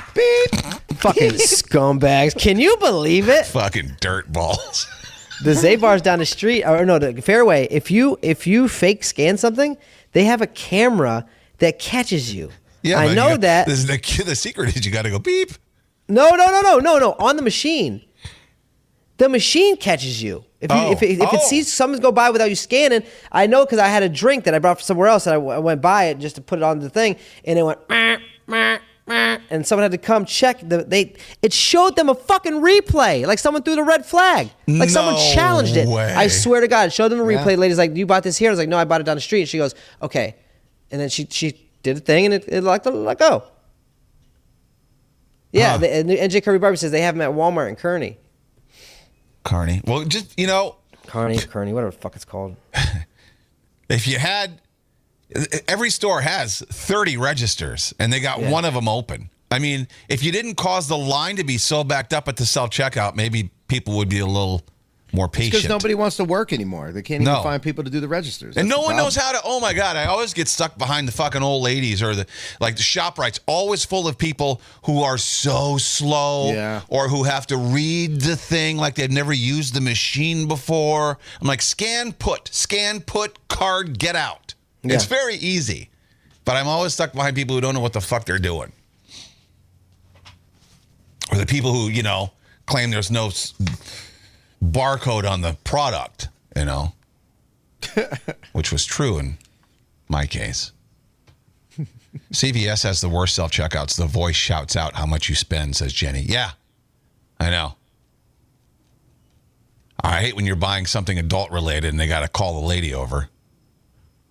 Fucking scumbags. Can you believe it? Fucking dirt balls. The Zabar's down the street, or no, the fairway. If you if you fake scan something, they have a camera that catches you. I but know you- that. This is the, key- the secret is you got to go beep. No, no, no, no, no, no. On the machine, the machine catches you. If, you, Oh. if, it, if Oh. it sees someone go by without you scanning, I know because I had a drink that I brought from somewhere else and I, w- I went by it just to put it on the thing, and it went. "Meh, meh, meh," And someone had to come check. The, they it showed them a fucking replay, like someone threw the red flag, like someone No challenged it. way. I swear to God, it showed them a Yeah. replay. Lady's like, "You bought this here?" I was like, "No, I bought it down the street." And she goes, "Okay," and then she she did a thing and it, it let let go. Yeah, Huh. the, and, and J. Kirby Barber says they have them at Walmart and Kearney. Carney. Well, just, you know, Kearney, Kearney, whatever the fuck it's called. if you had every store has 30 registers and they got one of them open i mean if you didn't cause the line to be so backed up at the self checkout maybe people would be a little more patient Because nobody wants to work anymore. They can't No. even find people to do the registers. and That's no the one knows problem. how to oh my god i always get stuck behind the fucking old ladies or the like the shop rights always full of people who are so slow Yeah. or who have to read the thing like they've never used the machine before i'm like scan put scan put card get out it's very easy but i'm always stuck behind people who don't know what the fuck they're doing or the people who you know claim there's no s- barcode on the product you know which was true in my case. CVS has the worst self checkouts. The voice shouts out how much you spend, says Jenny. Yeah, I know. I hate when you're buying something adult related and they got to call the lady over.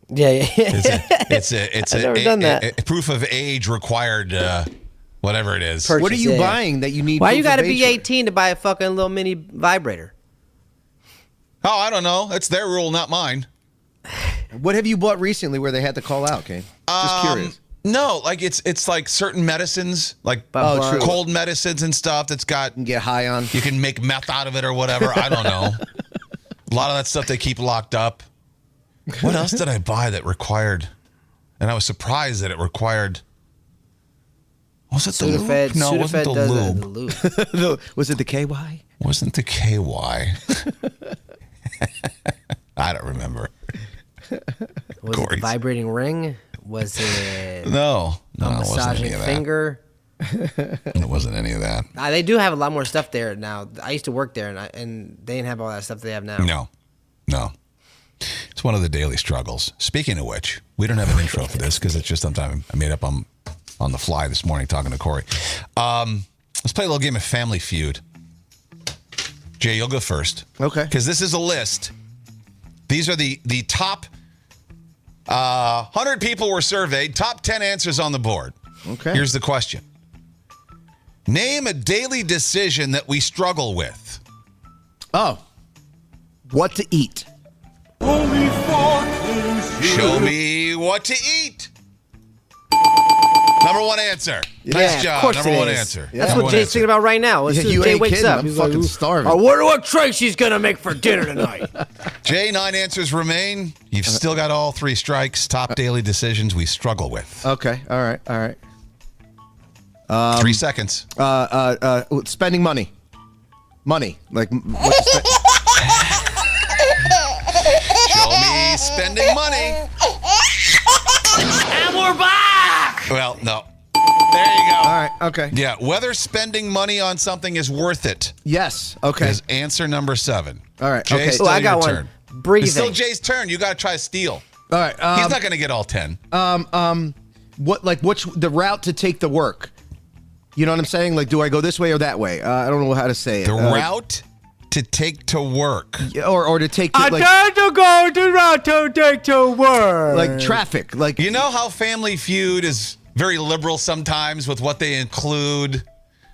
Yeah, yeah, yeah. It's a, it's a, it's I've a, never a- done a- that. a proof of age required, uh, whatever it is. Purchase, What are you yeah, yeah. buying that you need? Why you proof of got to be age for? 18 to buy a fucking little mini vibrator? Oh, I don't know. It's their rule, not mine. What have you bought recently where they had to call out, Kane? Um, Just curious. No, like it's it's like certain medicines, like Oh, true. cold medicines and stuff that's got You can get high on. You can make meth out of it or whatever. I don't know. a lot of that stuff they keep locked up. What else did I buy that required? And I was surprised that it required. Was it the lube? No, it wasn't the does that, lube. the lube. The- was it the KY? Wasn't the KY? I don't remember. Was it Corey's- the vibrating ring? Was it No, no, it wasn't any massaging of that. finger? It wasn't any of that. Uh, they do have a lot more stuff there now. I used to work there, and I, and they didn't have all that stuff they have now. No, no. It's one of the daily struggles. Speaking of which, we don't have an intro for this because it's just something I made up on on the fly this morning talking to Corey. Um, let's play a little game of Family Feud. Jay, you'll go first. Okay. Because this is a list. These are the the top uh, hundred people were surveyed. Top ten answers on the board. Okay. Here's the question. Name a daily decision that we struggle with. oh, what to eat? Show me what to eat. Number one answer. nice job. of course Number it one is. answer. That's Number what one Jay's answer. thinking about right now. As Yeah, soon as you Jay ain't wakes kidding. up, I'm fucking starving. I wonder what Tracy's gonna make for dinner tonight. Jay, nine answers remain. You've Uh, still got all three strikes. Top daily decisions we struggle with. Okay. All right. All right. um, three seconds. Uh, uh, uh, ooh, spending money. Money. Like m- what to spend. Show me spending money. And we're back. Well, no. There you go. All right. Okay. Yeah, whether spending money on something is worth it Yes. Okay. is answer number seven. All right, Jay, okay. still Ooh, I got your one. turn. Breathing. It's still Jay's turn. You got to try to steal. All right. Um, He's not going to get all ten. um, um, what like which the route to take to work? You know what I'm saying? Like, do I go this way or that way? Uh, I don't know how to say it. The Uh, route to take to work. or or to take I like, to go to route to take to work. like traffic. Like you know how Family Feud is very liberal sometimes with what they include.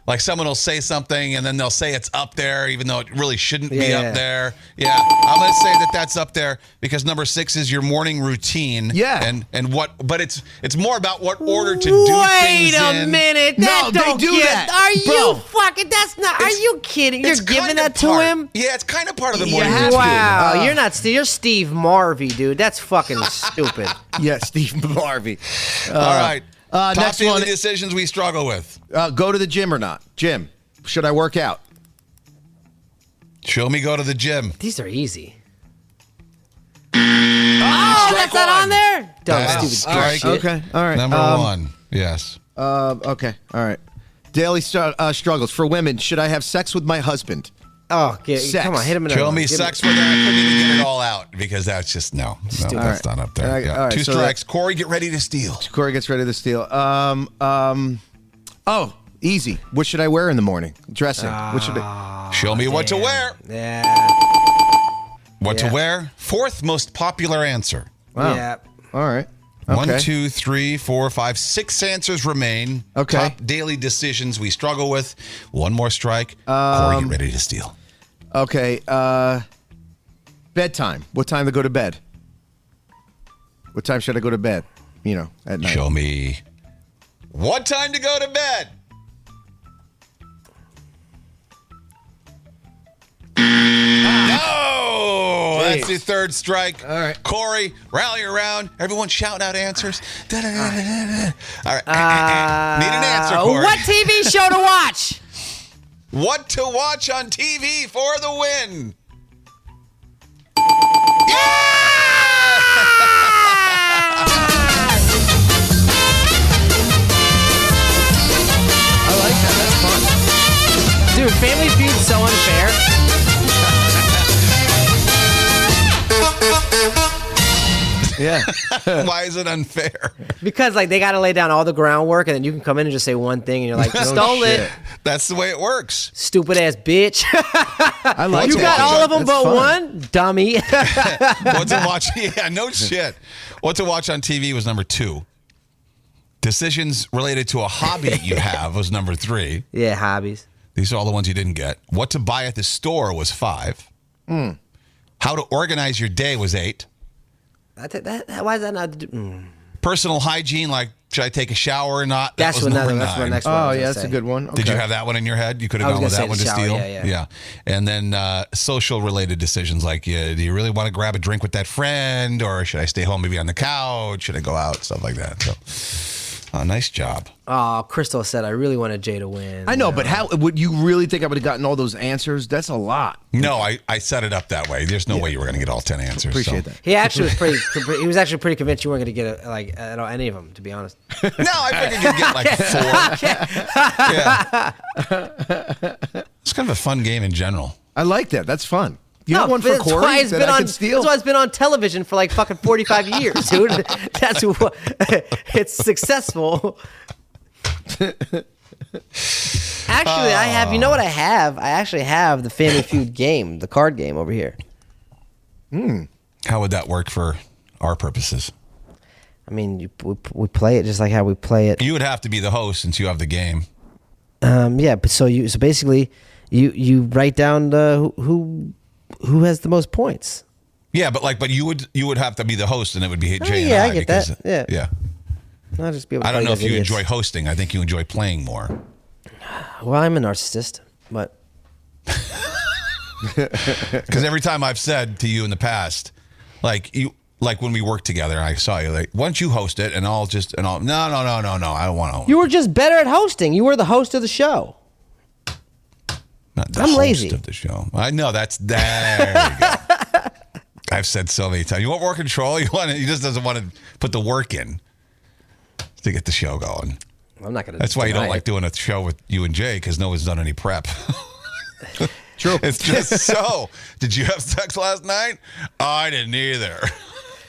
Like someone will say something and then they'll say it's up there, even though it really shouldn't be Yeah. up there. Yeah, I'm gonna say that that's up there because number six is your morning routine. Yeah, and and what, but it's it's more about what order to do Wait things a in. minute. That don't get, Are you Bro, fucking? That's not. Are you kidding? You're it's giving kinda that to part- him? Yeah, it's kind of part of the You morning have routine. to. Wow, you're not. Steve, you're Steve Marvey, dude. That's fucking stupid. yeah, Steve Harvey. All right. Uh, Top next daily one. decisions we struggle with. Uh, go to the gym or not? Gym. Should I work out? Show me go to the gym. These are easy. Oh, that's not on there. Dumb, That's stupid. strike. Shit. Okay. All right. Number Um, one. Yes. Uh, okay. All right. Daily stru- uh, struggles for women. Should I have sex with my husband? Oh, get, Sex. come on, hit him. Show me sex with that. I couldn't even get it all out because that's just no. No, All that's right. not up there. Uh, Yeah. all right, Two so strikes. Corey, get ready to steal. Corey gets ready to steal. Um, um, oh, easy. What should I wear in the morning? Dressing. what should Ah. I? Show me what to wear. Yeah. What Yeah. to wear? Fourth most popular answer. Wow. All right. Okay. One, two, three, four, five, six answers remain. Okay. Top daily decisions we struggle with. One more strike. Um, Corey, get ready to steal. Okay. Uh, bedtime. What time to go to bed? What time should I go to bed? You know, at night. Show me what time to go to bed. No, that's the third strike. Ah. All right, Corey, rally around. Everyone shouting out answers. Da-da-da-da-da-da. All right, need an answer, Uh, Corey. what TV show to watch? What to watch on TV for the win? Dude, Family Feud's so unfair. Yeah. Why is it unfair? Because like they got to lay down all the groundwork, and then you can come in and just say one thing, and you're like, stole it, That's the way it works. stupid ass bitch. I like you it. got all of them That's but fun. one, dummy. what to watch? Yeah, no shit. What to watch on TV was number two. Decisions related to a hobby you have was number three. Yeah, hobbies. These are all the ones you didn't get. What to buy at the store was five. Hmm. How to organize your day was eight. I think that, that- why is that not? Mm. Personal hygiene, like should I take a shower or not? That That's was another- number that's my nine. next one I was Oh, yeah, gonna that's a say. good one. Did you Okay. have that one in your head? You could I have was gone with that gonna one say to the steal. shower, yeah, yeah. And then uh, social related decisions like, yeah, do you really want to grab a drink with that friend, or should I stay home, maybe on the couch? Should I go out, stuff like that? So, uh, nice job. Oh, Crystal said I really wanted Jay to win. I know, but how would you really think I would have gotten all those answers? That's a lot. No, I, I set it up that way. There's no way you were going to get all ten answers. Appreciate so. that. He actually was pretty. He was actually pretty convinced you weren't going to get a, like at all, any of them, to be honest. No, I figured you'd get like four. yeah. It's kind of a fun game in general. I like that. That's fun. You no, have one for that's Corey why it's that been I on. can steal. That's why it's been on television for like fucking forty five years, dude. That's what it's successful. Actually, I have. You know what I have? I actually have the Family Feud game, the card game over here. How would that work for our purposes? I mean, you, we, we play it just like how we play it. You would have to be the host since you have the game. Um, yeah, but so you so basically you you write down uh, who- who who has the most points. Yeah, but like, but you would you would have to be the host, and it would be Jay and Oh, yeah, I. I get because- that. Yeah. yeah. I'll just be able to I don't play know if those you idiots. enjoy hosting. I think you enjoy playing more. Well, I'm a narcissist, but Because every time I've said to you in the past, like you, like when we worked together, I saw you like, why don't you host it, and I'll just and I'll no no no no no, I don't want to. you were just better at hosting. You were the host of the show. Not the I'm host lazy. of the show. I know that's there. you go. I've said so many times. You want more control. You want. He just doesn't want to put the work in to get the show going. I'm not gonna. That's why you don't deny like it. doing a show with you and Jay because no one's done any prep. True. It's just so. Did you have sex last night? I didn't either.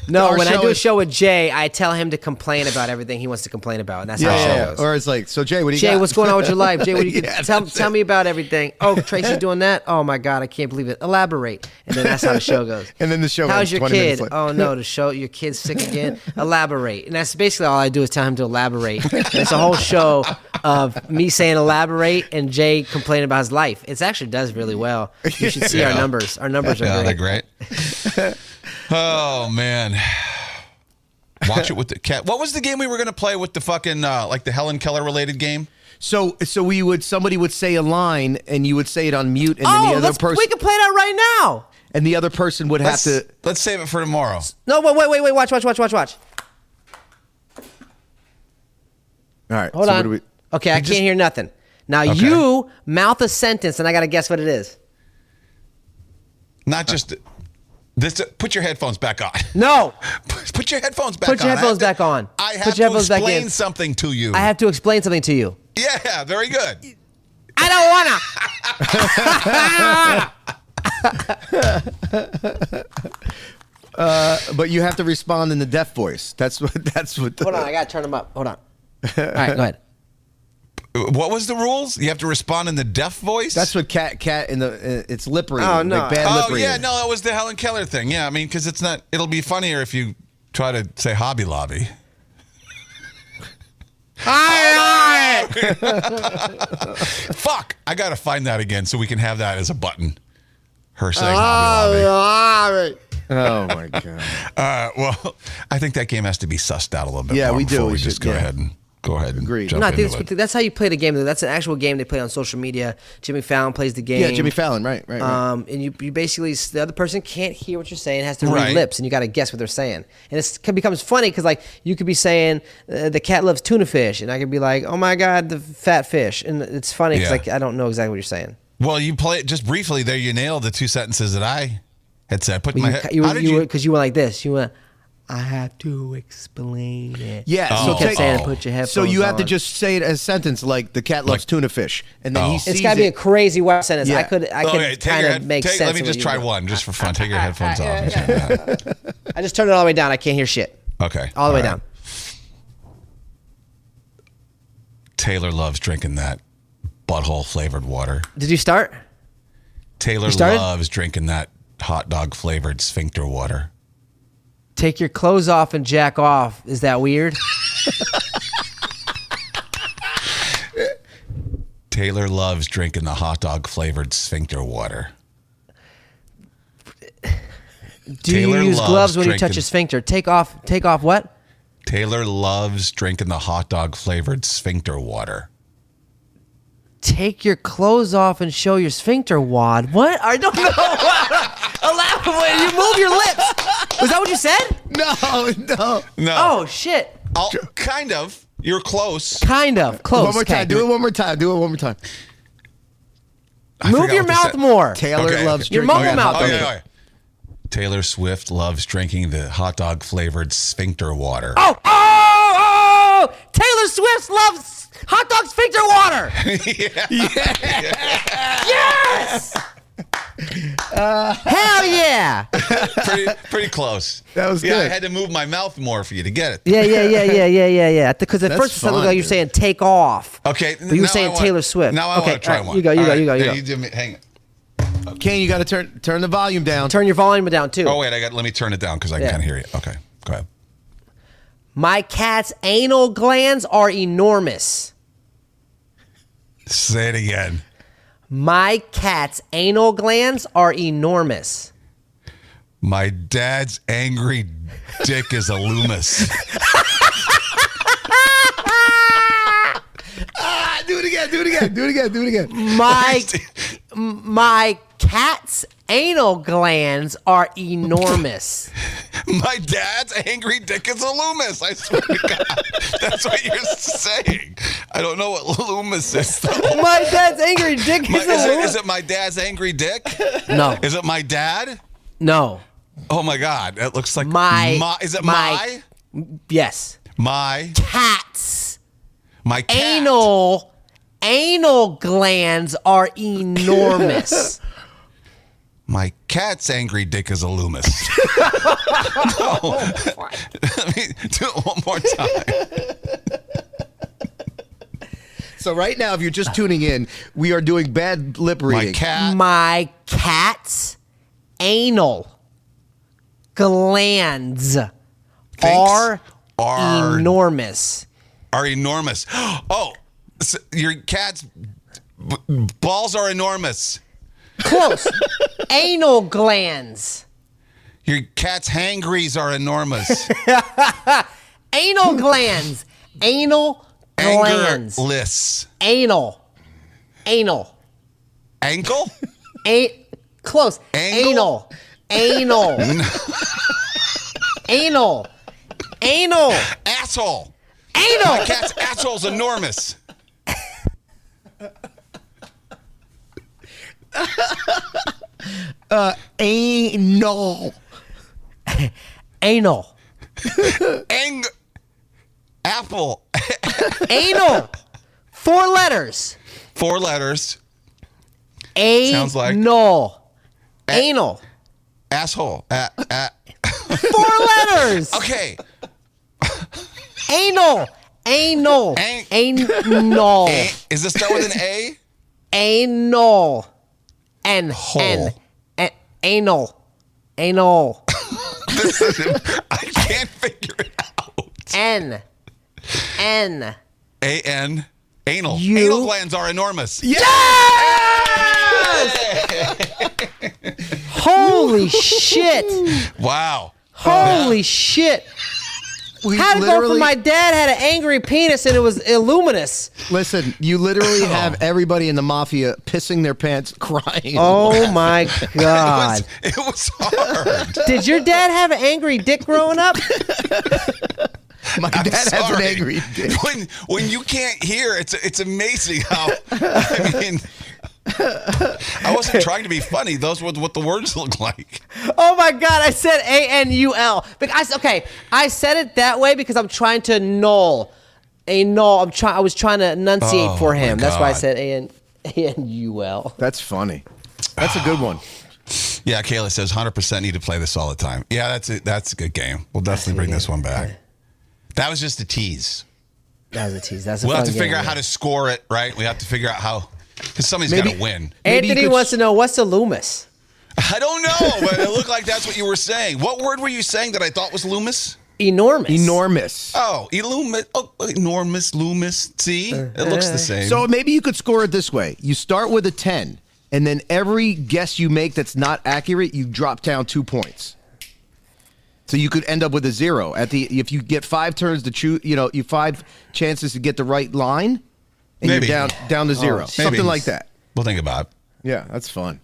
No, Our when I show do a is- show with Jay, I tell him to complain about everything he wants to complain about, and that's yeah, how the show yeah, goes. yeah. Or it's like, so Jay, what do you Jay, got? what's going on with your life? Jay, what do you Yeah, tell that's tell it. me about everything? Oh, Tracy's doing that. Oh my God, I can't believe it. Elaborate, and then that's how the show goes. And then the show How's ends your 20 minutes kid? later. Oh no, the show your kid's sick again. elaborate, and that's basically all I do is tell him to elaborate. And it's a whole show of me saying elaborate and Jay complaining about his life. It actually does really well. You should see our Yeah. numbers. Our numbers Yeah, are they're great. great. oh man, watch it with the cat. What was the game we were gonna play with the fucking uh, like the Helen Keller related game? So, so we would somebody would say a line, and you would say it on mute, and then oh, the other let's, person, we can play that right now. and the other person would have Let's, to. let's save it for tomorrow. No, wait, wait, wait, wait. Watch, watch, watch, watch, watch. All right, Hold so on. What do we, okay, I can't hear nothing. Now you mouth a sentence, and I gotta guess what it is. Not Uh. just this. Put your headphones back on. No, Put your headphones back Put your on. I headphones have to- back on. I Put have your to headphones back explain in. something to you. I have to explain something to you. yeah, very good. I don't wanna. uh, but you have to respond in the deaf voice. That's what. That's what. The, Hold on, I gotta turn them up. Hold on. All right, go ahead. What was the rules? You have to respond in the deaf voice. That's what cat cat in the. uh, It's lip reading. Oh, no. Like bad oh lip reading. yeah, no, that was the Helen Keller thing. Yeah, I mean, because it's not. It'll be funnier if you try to say Hobby Lobby. Hi, Fuck! I gotta find that again so we can have that as a button. Her saying Hobby Lobby. hi. Oh my god. All right. Well, I think that game has to be sussed out a little bit. Yeah, more we do. before We, We just should- go yeah. ahead and go ahead and Agreed. jump No, I into think it. that's, that's how you play the game. though. That's an actual game they play on social media. Jimmy Fallon plays the game. Yeah, Jimmy Fallon. Right. Right. right. Um, and you, you basically the other person can't hear what you're saying, has to read Right. lips, and you got to guess what they're saying. And it's, it becomes funny because like you could be saying uh, the cat loves tuna fish, and I could be like, oh my god, the fat fish, and it's funny because Yeah. like I don't know exactly what you're saying. Well, you play just briefly there. You nailed the two sentences that I had said. I put But my you, head. you, how were- did you, you? because you went like this, you went, I have to explain it. yeah. Oh. so You kept take- saying, put your headphones. So you have to on." just say it as a sentence like the cat loves Like- tuna fish, and then Oh. he It's sees It's got to be a crazy word sentence. I Yeah. could, I okay, could Oh, take your kind of head- make take- sense. Let me of what just you try were- one just for fun. Take your headphones off. and try that. I just turned it all the way down. I can't hear shit. Okay. All the way right. down. Taylor loves drinking that butthole flavored water. Did you start? Taylor You started? loves drinking that hot dog flavored sphincter water. Take your clothes off and jack off. Is that weird? Taylor loves drinking the hot dog flavored sphincter water. Do Taylor you use loves gloves when you touch drinking- your sphincter? Take off. Take off what? Taylor loves drinking the hot dog flavored sphincter water. Take your clothes off and show your sphincter wad. What? I don't know. Elaborate. You move your lips. Was that what you said? no, no. No. Oh shit. I'll- Oh. kind of. You're close. Kind of close. one more Okay. time. Do it one more time. Do it one more time. I Move forgot your what they mouth said. more. Taylor Okay, loves okay. Your drinking. mumble the mouth. hot Oh, dog. yeah, yeah, yeah. Taylor Swift loves drinking the hot dog flavored sphincter water. Oh, oh, oh! Taylor Swift loves hot dog sphincter water. Yes. Hell yeah! pretty, pretty close. That was yeah, I good. had to move my mouth more for you to get it. Yeah, yeah, yeah, yeah, yeah, yeah, yeah. Because at That's first it sounded fun, like you were dude. saying take off. Okay. But you now were I saying wanna- Taylor Swift. Now I Okay, want to try all right, one. you go, you All go, you go, you yeah, go. do me- hang on. Kane, you got to turn turn the volume down. Turn your volume down too. Oh wait, I got. Let me turn it down because I can Yeah. kind of hear you. Okay, go ahead. My cat's anal glands are enormous. Say it again. My cat's anal glands are enormous. My dad's angry dick is a Loomis. Ah, do it again. Do it again. Do it again. Do it again. My my cat's anal glands are enormous. My dad's angry dick is a Loomis. I swear to God, that's what you're saying. I don't know what Loomis is. Though. my dad's angry dick My- is is, a it, little- is it my dad's angry dick? No, Is it my dad? no. Oh my God, it looks like My- is it my my- Yes. my Cat's my cat. anal anal glands are enormous. My cat's angry dick is a Loomis. no. Let me do it one more time. So right now, if you're just tuning in, we are doing bad lip reading. Uh, My cat's anal glands Mm, are, Are- enormous. Are enormous. Oh, so your cat's b- balls are enormous. Close. anal glands. Your cat's hangries are enormous. Anal glands. Anal glands. Angerless. Anal. Anal. Ankle? A- close. Angle? Anal. Anal. anal. Anal. Asshole. Anal. My cat's asshole's enormous. Uh, anal. Anal. Ang- apple. anal. Four letters. Four letters. A- Sounds like- no. Anal. Asshole. A- a- Four letters. okay. Anal. Anal. Anal. A- is this start with an A? Anal. N. Hole. N. A- Anal. Anal. This is- I can't figure it out. N. N. A N. Anal. You- Anal glands are enormous. Holy shit. Wow. Holy shit. We How to go literally- from my dad had an angry penis and it was illuminous. Listen, you literally have everybody in the mafia pissing their pants, crying. Oh my It was, god. it was hard. Did your dad have an angry dick growing up? my I'm dad has an sorry. angry dick. When when you can't hear, it's it's amazing how. I mean, I wasn't trying to be funny. Those were what the words looked like. Oh my god, I said A N U L. Bec- I s- okay, I said it that way because I'm trying to null a null. I'm trying. I was trying to enunciate Oh, for my him. That's why I God. said A N A N U L. That's funny. That's a good one. Yeah, Kayla says 100% need to play this all the time. Yeah, that's a, that's a good game. We'll definitely bring this one back. That was just a tease. That was a tease. That's a We'll have fun to figure game, out how man. to score it, right? We have to figure out how, because somebody's got Maybe- to win. Maybe you Anthony could wants s- to know what's a Loomis. I don't know, but it looked like that's what you were saying. What word were you saying that I thought was Loomis? Enormous. Enormous. Oh, Loomis. Oh, enormous Loomis. See, it looks the same. So maybe you could score it this way. You start with a 10, and then every guess you make that's not accurate, you drop down two points. So you could end up with a zero at the if you get five turns to choose, you know, you five chances to get the right line, and Maybe. Oh, you're down down to zero, something like that. We'll think about. it. Yeah, that's fun.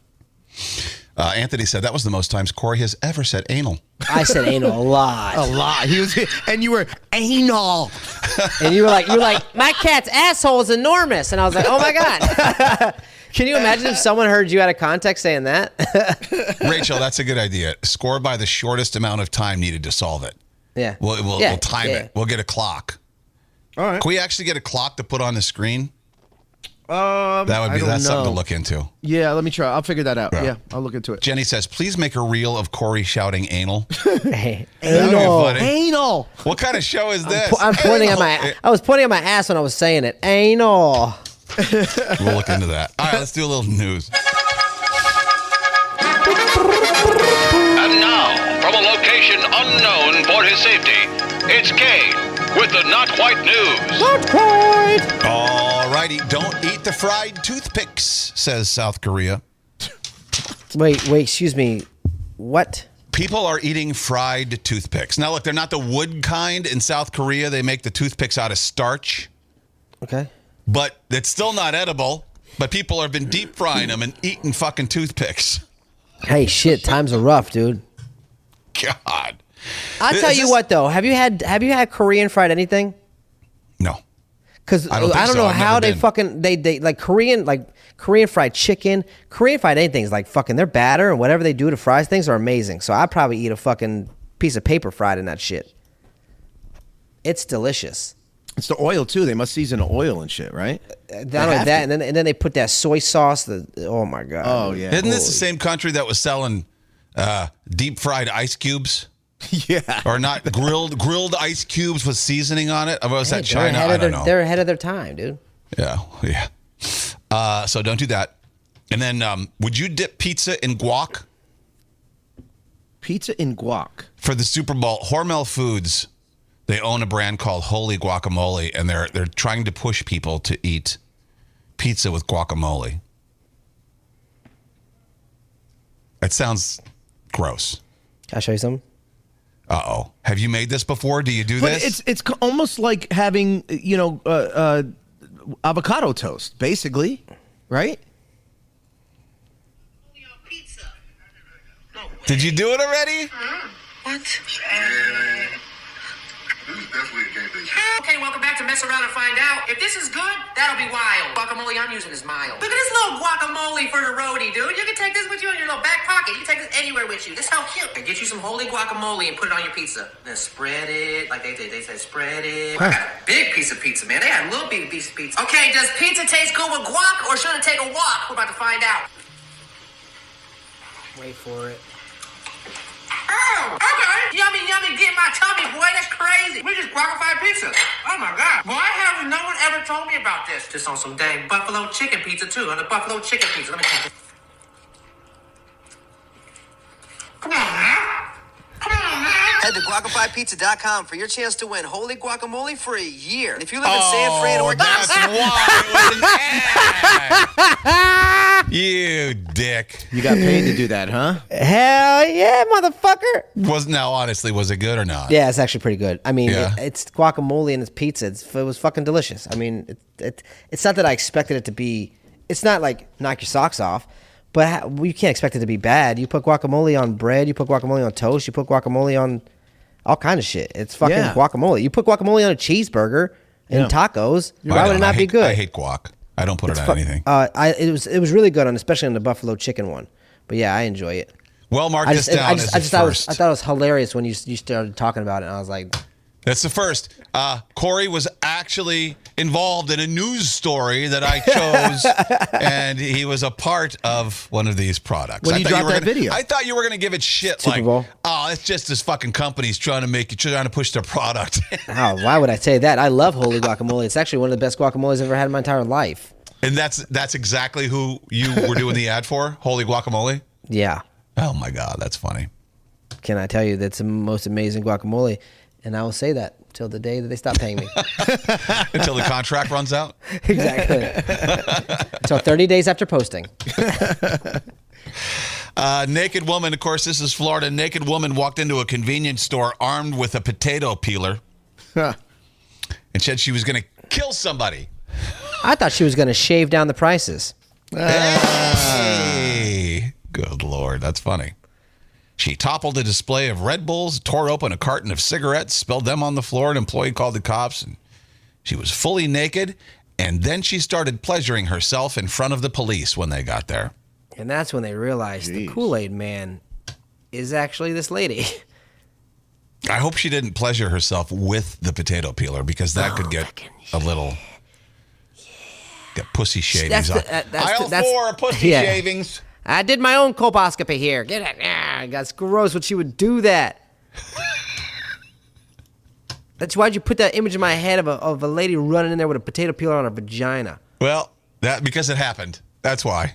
Uh, Anthony said that was the most times Corey has ever said anal. I said anal a A Oh. lot, lot. He was, and you were anal. and you were like, you were like, my cat's asshole is enormous, and I was like, oh my god. Can you imagine if someone heard you out of context saying that? Rachel, that's a good idea. Score by the shortest amount of time needed to solve it. yeah. We'll, we'll, Yeah, we'll time yeah. it. We'll get a clock. All right. Can we actually get a clock to put on the screen? Um, That would I be don't that's something know. to look into. Yeah, let me try. I'll figure that out. Yeah. Yeah, I'll look into it. Jenny says, please make a reel of Corey shouting anal. That'd be Anal. funny. Anal. What kind of show is this? Po- I'm pointing at Anal. my. I was pointing at my ass when I was saying it. Anal. We'll look into that. All right, let's do a little news. And now, from a location unknown for his safety, it's Kane with the Not Quite News. Not quite. All righty, don't eat the fried toothpicks, says South Korea. Wait, wait. Excuse me. What? People are eating fried toothpicks. Now, look, they're not the wood kind. In South Korea, they make the toothpicks out of starch, Okay. but it's still not edible. But people have been deep frying them and eating fucking toothpicks. Hey, shit. Times are rough, dude. God. I'll Is tell you this- what though. Have you had Have you had Korean fried anything? No. Because I I don't don't, think so. know I've how never they been. fucking they they like Korean like Korean fried chicken, Korean fried anything is like fucking their batter and whatever they do to fries things are amazing. So I probably eat a fucking piece of paper fried in that shit. It's delicious. It's the oil too. They must season the oil and shit, right? Uh, Not only that, and then and then they put that soy sauce. The oh my god. Oh yeah. Isn't this the same country that was selling uh, deep fried ice cubes. Yeah. Or not grilled grilled ice cubes with seasoning on it. What was Hey, that? they're China. ahead I of don't their- know. They're ahead of their time, dude. Yeah, yeah. Uh, so don't do that. And then, um, would you dip pizza in guac? Pizza in guac for the Super Bowl. Hormel Foods, they own a brand called Holy Guacamole, and they're they're trying to push people to eat pizza with guacamole. That sounds gross. Can I show you something? Uh oh. Have you made this before? Do you do But this? it's it's c- almost like having you know uh, uh, avocado toast, basically, right? Did you do it already? What? Okay, welcome back to Mess Around and Find Out. If this is good, that'll be wild. Guacamole I'm using is mild. Look at this little guacamole for the roadie, dude. You can take this with you in your little back pocket. You can take this anywhere with you. This how cute. And get you some holy guacamole and put it on your pizza. Then spread it like they did. They said spread it. I got a big piece of pizza, man. They had a little bitty piece of pizza. Okay, does pizza taste good with guac or should it take a walk? We're about to find out. Wait for it. Oh, okay. Yummy, yummy, get my tummy, boy. That's crazy. We just guacified pizza. Oh my god. Why have no one ever told me about this? Just on some dang buffalo chicken pizza too. On the buffalo chicken pizza. Let me take this. Come on, man. Come on, man. Head to guacamolepizza.com for your chance to win holy guacamole for a year. If you live in San Fran Oh, or Oh, that's why you dick. You got paid to do that, huh? Hell yeah, motherfucker. Was now honestly, was it good or not? Yeah, it's actually pretty good. I mean, Yeah. it, it's guacamole and it's pizza. It's, it was fucking delicious. I mean, it, it, it's not that I expected it to be. It's not like knock your socks off, but ha- well, you can't expect it to be bad. You put guacamole on bread. You put guacamole on toast. You put guacamole on all kind of shit. It's fucking Yeah. guacamole. You put guacamole on a cheeseburger and Yeah. tacos. I Why would don't- it not I be hate- good? I hate guac. I don't put it on Fu- anything. Uh, I it was it was really good on especially on the buffalo chicken one. But yeah, I enjoy it. Well, mark I just, this down I just, as I the just thought it was- first. I thought it was hilarious when you you started talking about it, and I was like, That's the first. Uh, Corey was actually involved in a news story that I chose, and he was a part of one of these products. When I you thought dropped were that gonna- video. I thought you were going to give it shit. Super like, Bowl. oh, it's just this fucking company's trying to make you trying to push their product. "Wow, Oh, why would I say that? I love holy guacamole. It's actually one of the best guacamoles I've ever had in my entire life." and that's that's exactly who you were doing the ad for. Holy guacamole! Yeah. Oh my god, that's funny. Can I tell you that's the most amazing guacamole? And I will say that till the day that they stop paying me. Until the contract runs out. exactly. Until 30 days after posting. Uh, naked woman, of course, this is Florida. Naked woman walked into a convenience store armed with a potato peeler and said she was going to kill somebody. I thought she was going to shave down the prices. Hey, good lord, that's funny. She toppled a display of Red Bulls, tore open a carton of cigarettes, spilled them on the floor. An employee called the cops, and she was fully naked. And then she started pleasuring herself in front of the police when they got there. And that's when they realized the Kool Aid Man is actually this lady. I hope she didn't pleasure herself with the potato peeler because that could get a little get pussy shavings the- on. uh, that's Aisle the- that's- four, pussy yeah. shavings. I did my own colposcopy here. Get it? Ah, that's gross. What she would do that. that's why'd you put that image in my head of a, of a lady running in there with a potato peeler on her vagina. Well, that because it happened. That's why.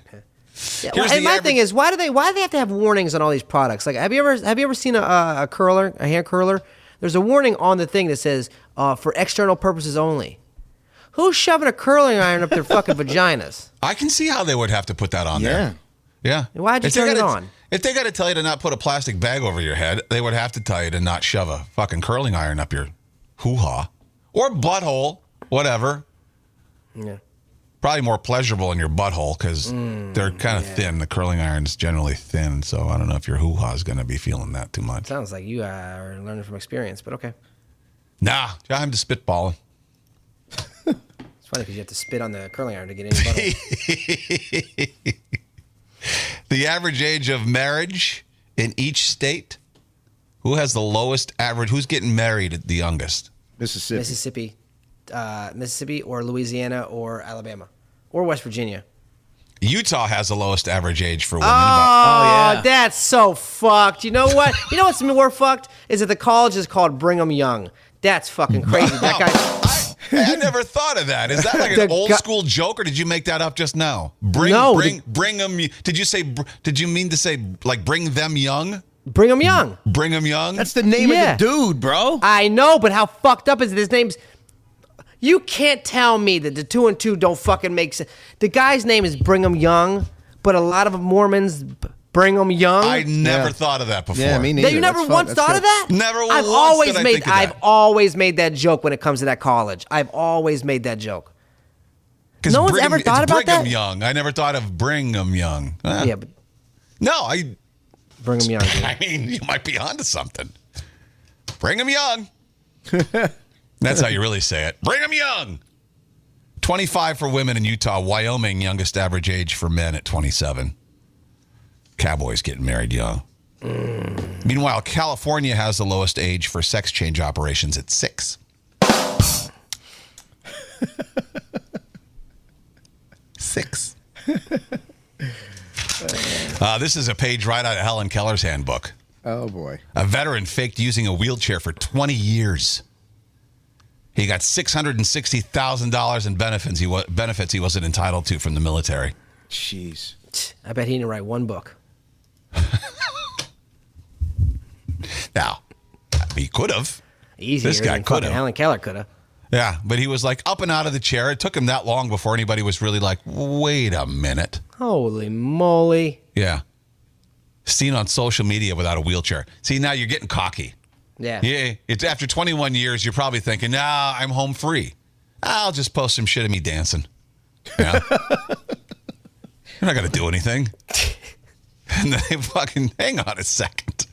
Yeah, Here's and the my average- thing is, why do they why do they have to have warnings on all these products? Like, have you ever have you ever seen a, a a curler, a hair curler? There's a warning on the thing that says uh, for external purposes only. Who's shoving a curling iron up their fucking vaginas? I can see how they would have to put that on there. Yeah. Yeah. Why'd you If they turn it gotta- on? If they got to tell you to not put a plastic bag over your head, they would have to tell you to not shove a fucking curling iron up your hoo ha or butthole, whatever. Yeah. Probably more pleasurable in your butthole because Mm, they're kind of thin. The curling iron's generally thin, so I don't know if your hoo ha's going to be feeling that too much. Sounds like you are learning from experience, but okay. Nah, I'm just spitballing. It's funny because you have to spit on the curling iron to get any the average age of marriage in each state. Who has the lowest average? Who's getting married at the youngest? Mississippi. Mississippi, uh, Mississippi, or Louisiana, or Alabama, or West Virginia. Utah has the lowest average age for women. Oh, about- that's so fucked. You know what? You know what's more fucked is that the college is called Brigham Young. That's fucking crazy. that guy. I never thought of that. Is that like an The old gu- school joke, or did you make that up just now? Bring, No, the- bring, bring 'em them. Did you say? br- Did you mean to say like bring them young? Bring them young. Bring them young. That's the name Yeah. of the dude, bro. I know, but how fucked up is it? His name's. You can't tell me that the two and two don't fucking make sense. The guy's name is Brigham Young, but a lot of Mormons b- Brigham Young. I never thought of that before. Yeah, me neither. That you never That's fun. once That's thought good. of that? Never I've once always did I made think of I've that. always made that joke when it comes to that college. I've always made that joke. 'Cause No one's Brigham- ever thought it's about Brigham that? Young. I never thought of bring them young. Eh. Yeah, but No, I. bring them young. dude. I mean, you might be onto something. Bring them young. That's how you really say it. Bring them young. 25 for women in Utah, Wyoming, youngest average age for men at 27. Cowboys getting married young. Meanwhile, California has the lowest age for sex change operations at six. six. Uh, this is a page right out of Helen Keller's handbook. Oh boy. A veteran faked using a wheelchair for 20 years. He got $660,000 in benefits he, wa- benefits he wasn't entitled to from the military. Jeez. I bet he didn't write one book. Now, he could have. Easier This guy than fucking coulda. Helen Keller could have. Yeah, but he was like up and out of the chair. It took him that long before anybody was really like, wait a minute. Holy moly. Yeah. Seen on social media without a wheelchair. See, now you're getting cocky. Yeah. Yeah, it's after 21 years, you're probably thinking, nah, I'm home free. I'll just post some shit of me dancing. Yeah. You're not going to do anything. And then they fucking hang on a second.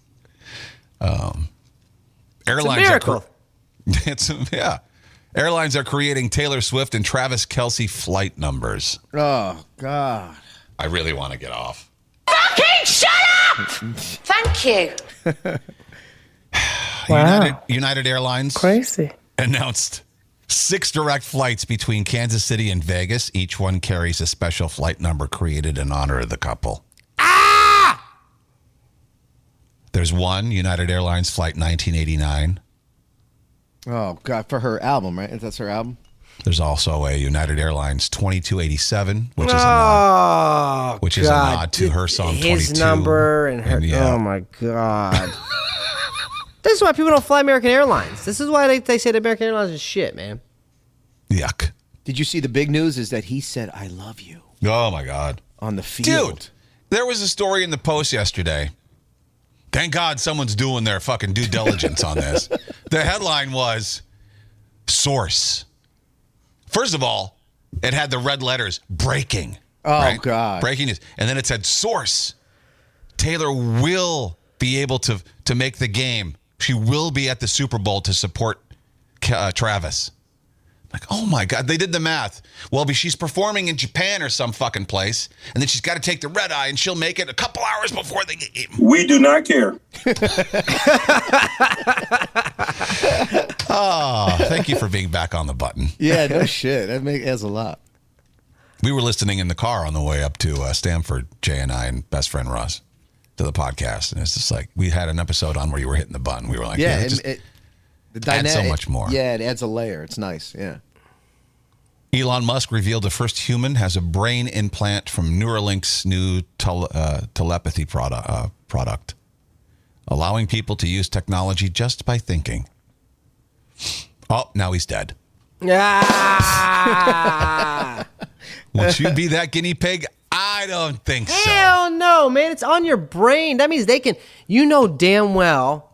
Um, airlines Are miracle. cre- it's a- yeah. Airlines are creating Taylor Swift and Travis Kelsey flight numbers. Oh God. I really want to get off. Fucking shut up! Thank you. United, United Airlines Crazy. announced six direct flights between Kansas City and Vegas. Each one carries a special flight number created in honor of the couple. Ah! There's one United Airlines flight 1989. Oh God. For her album, right? That's her album. There's also a United Airlines 2287, which is a nod, Oh, which God. is a nod to her song His 22. number and her. And, yeah. Oh my God. this is why people don't fly American Airlines. This is why they, they say that American Airlines is shit, man. Yuck. Did you see the big news? Is that he said "I love you" Oh my God. on the field? Dude, there was a story in the Post yesterday. Thank God someone's doing their fucking due diligence on this. The headline was Source. First of all, it had the red letters breaking. Oh God. Breaking news. And then it said Source. Taylor will be able to, to make the game. She will be at the Super Bowl to support uh, Travis. Like, oh my God, they did the math. Well, but she's performing in Japan or some fucking place, and then she's got to take the red eye, and she'll make it a couple hours before the game. We do not care. Oh, thank you for being back on the button. Yeah. No shit. That make that's a lot. We were listening in the car on the way up to uh, Stanford, Jay and I, and best friend Ross, to the podcast, and it's just like we had an episode on where you were hitting the button. We were like, yeah. yeah, it- just- it- the adds so dyna- much more. Yeah. It adds a layer. It's nice. Yeah. Elon Musk revealed the first human has a brain implant from Neuralink's new tele, uh, telepathy product, uh, product, allowing people to use technology just by thinking. Oh, now he's dead. Ah, Would you be that guinea pig? I don't think so. hell no, man. It's on your brain. That means they can. You know damn well.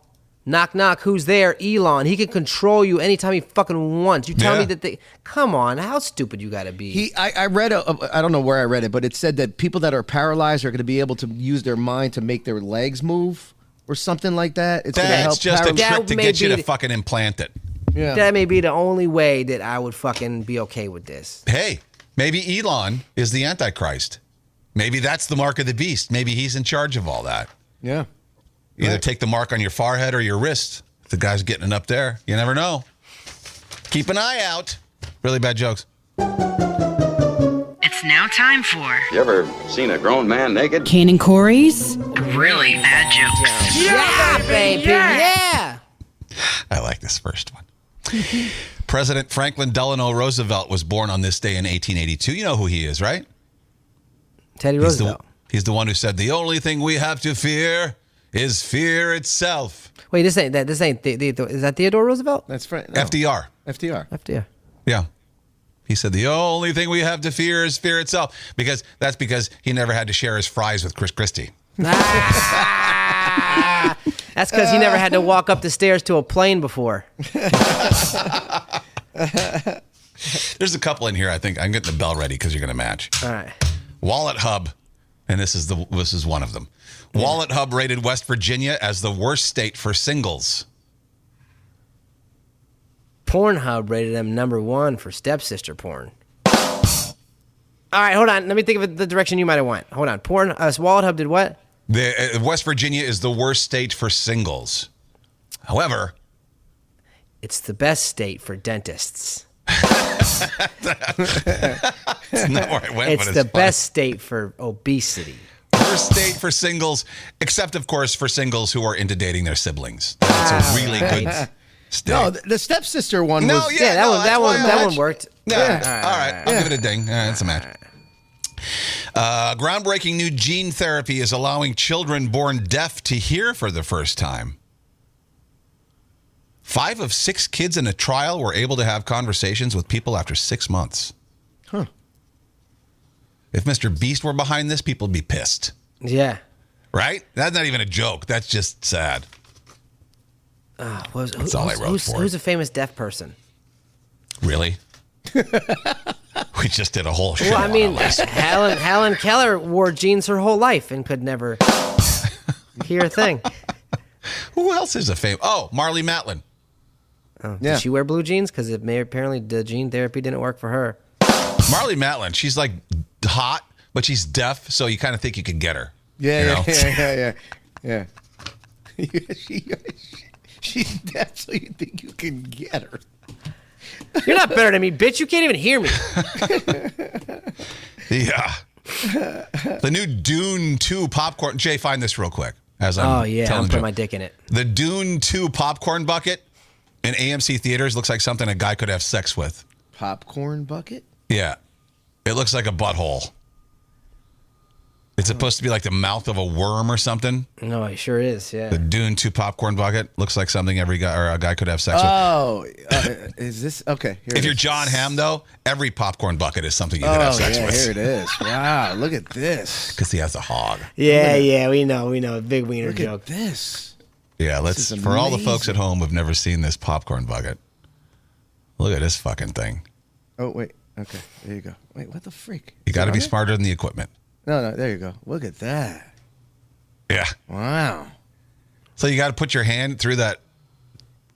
Knock, knock. Who's there? Elon. He can control you anytime he fucking wants. You tell Yeah. me that they. Come on. How stupid you gotta be. He, I, I read, a, a, I don't know where I read it, but it said that people that are paralyzed are going to be able to use their mind to make their legs move or something like that. It's going to That's help. just a paralyzed- trick to may get you to be the- fucking implant it. yeah. that may be the only way that I would fucking be okay with this. Hey, maybe Elon is the Antichrist. Maybe that's the mark of the beast. Maybe he's in charge of all that. yeah. Either Right. take the mark on your forehead or your wrist. If the guy's getting it up there, you never know. Keep an eye out. Really bad jokes. It's It's now time for You ever seen a grown man naked? Kane and Corey's really bad jokes. Yeah, baby. Yeah. I like this first one. President Franklin Delano Roosevelt was born on this day in 1882. You know who he is, right? Teddy He's the, Roosevelt. he's the one who said, The only thing we have to fear is fear itself. Wait, this ain't that. This ain't the, the, is that Theodore Roosevelt? That's Frank. FDR. FDR. FDR. Yeah. He said, The only thing we have to fear is fear itself. Because that's because he never had to share his fries with Chris Christie. That's because he never had to walk up the stairs to a plane before. There's a couple in here. I think I'm getting the bell ready because you're going to match. All right. Wallet Hub, and this is the this is one of them. Wallet Hub rated West Virginia as the worst state for singles. Pornhub rated him number one for stepsister porn. All right, hold on. Let me think of the direction you might have went. Hold on. Porn. Uh, Wallet Hub did what? The uh, West Virginia is the worst state for singles. However, It's the best state for dentists. it's not where I went. it's but the funny. best state for obesity. worst state for singles, except of course for singles who are into dating their siblings. That's a really good state. No, the, the stepsister one. No, was, yeah, Yeah, that no, was- that that's one- why I that one watched- worked. Yeah. Yeah. All right. I'll give it a ding. All right, that's a match. Uh, groundbreaking new gene therapy is allowing children born deaf to hear for the first time. Five of six kids in a trial were able to have conversations with people after six months. Huh. If Mr. Beast were behind this, people would be pissed, Yeah. right? That's not even a joke. That's just sad. Ah, Uh, what was, That's who- all I who's- wrote who's, for it. Who's a famous deaf person? Really? we just did a whole show. Well, I on mean, it. Helen, Helen Keller wore jeans her whole life and could never hear a thing. who else is a fame? Oh, Marley Matlin. Oh, Yeah. Did she wear blue jeans? Because it may apparently the gene therapy didn't work for her. Marley Matlin, she's like hot, but she's deaf, so you kind of think you could get her. you Yeah, know? yeah, yeah, yeah, yeah, yeah. she, she's deaf, so you think you can get her. You're not better than me, bitch. You can't even hear me. Yeah. the new Dune 2 popcorn. Jay, find this real quick. As I'm oh yeah, telling I'm putting Joe. my dick in it. The Dune 2 popcorn bucket in AMC theaters looks like something a guy could have sex with. Popcorn bucket. Yeah. It looks like a butthole. It's supposed to be like the mouth of a worm or something. No, it sure is. Yeah. The Dune 2 popcorn bucket looks like something every guy or a guy could have sex with. Oh, uh, is this okay? Here If it you're is. John Hamm, though, every popcorn bucket is something you could oh have sex yeah, with. here it is. Wow, look at this. Because he has a hog. Yeah, yeah, we know, we know. Big wiener Look joke. at this. Yeah, let's This is for all the folks at home who've never seen this popcorn bucket. Look at this fucking thing. Oh wait, okay, there you go. Wait, what the freak? You Is got to it be on there? smarter than the equipment. No, no, there you go. Look at that. Yeah. Wow. So you got to put your hand through that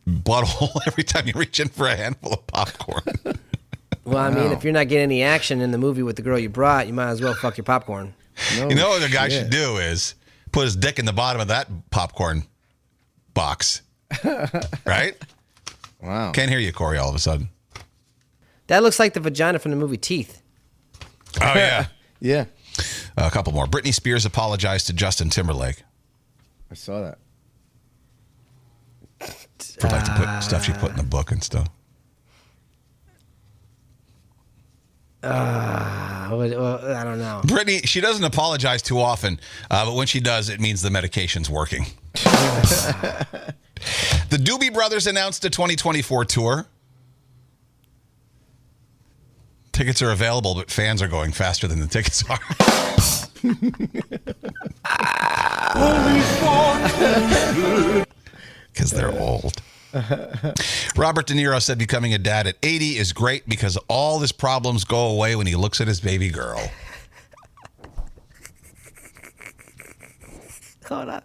butthole every time you reach in for a handful of popcorn. Well, I mean, Wow. if you're not getting any action in the movie with the girl you brought, you might as well fuck your popcorn. you Oh, know what the guy should do is put his dick in the bottom of that popcorn box, right? Wow. Can't hear you, Corey. All of a sudden. That looks like the vagina from the movie Teeth. Oh yeah. yeah. A couple more. Britney Spears apologized to Justin Timberlake I saw that. for like to put stuff she put in the book and stuff. Uh, what- well, I don't know. Brittany, she doesn't apologize too often, uh, but when she does, it means the medication's working. the Doobie Brothers announced a 2024 tour. Tickets are available, but fans are going faster than the tickets are. Because they're old. Robert De Niro said becoming a dad at 80 is great because all his problems go away when he looks at his baby girl. Hold on.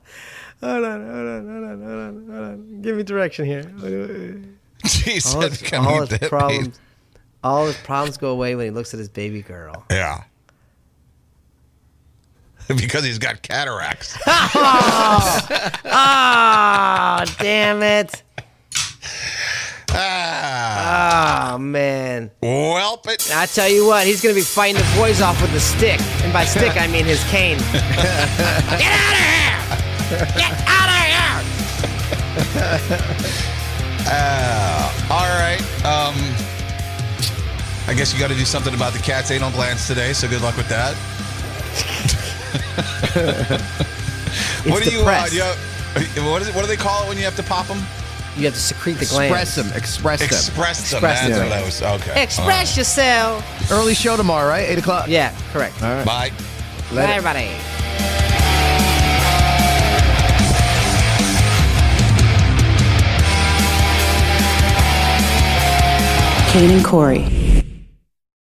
Hold on, hold on, hold on, hold on, hold on. Give me direction here. She all said his, becoming all a his dad at 80. problems, all his problems go away when he looks at his baby girl. Yeah. because he's got cataracts. Oh, damn it! Ah, Oh man. Well, it. I tell you what, he's gonna be fighting the boys off with a stick, and by stick I mean his cane. Get out of here! Get out of here! uh, all right. Um, I guess you got to do something about the cat's anal glands today. So good luck with that. what do you, uh, do you have, what, is it, what do they call it when you have to pop them? You have to secrete the glands. Express them. Express them. Express them. That's them. what I was. Okay. Express yourself. Early show tomorrow, right? Eight o'clock. Yeah, correct. All right. Bye. Bye, everybody. Kane and Corey.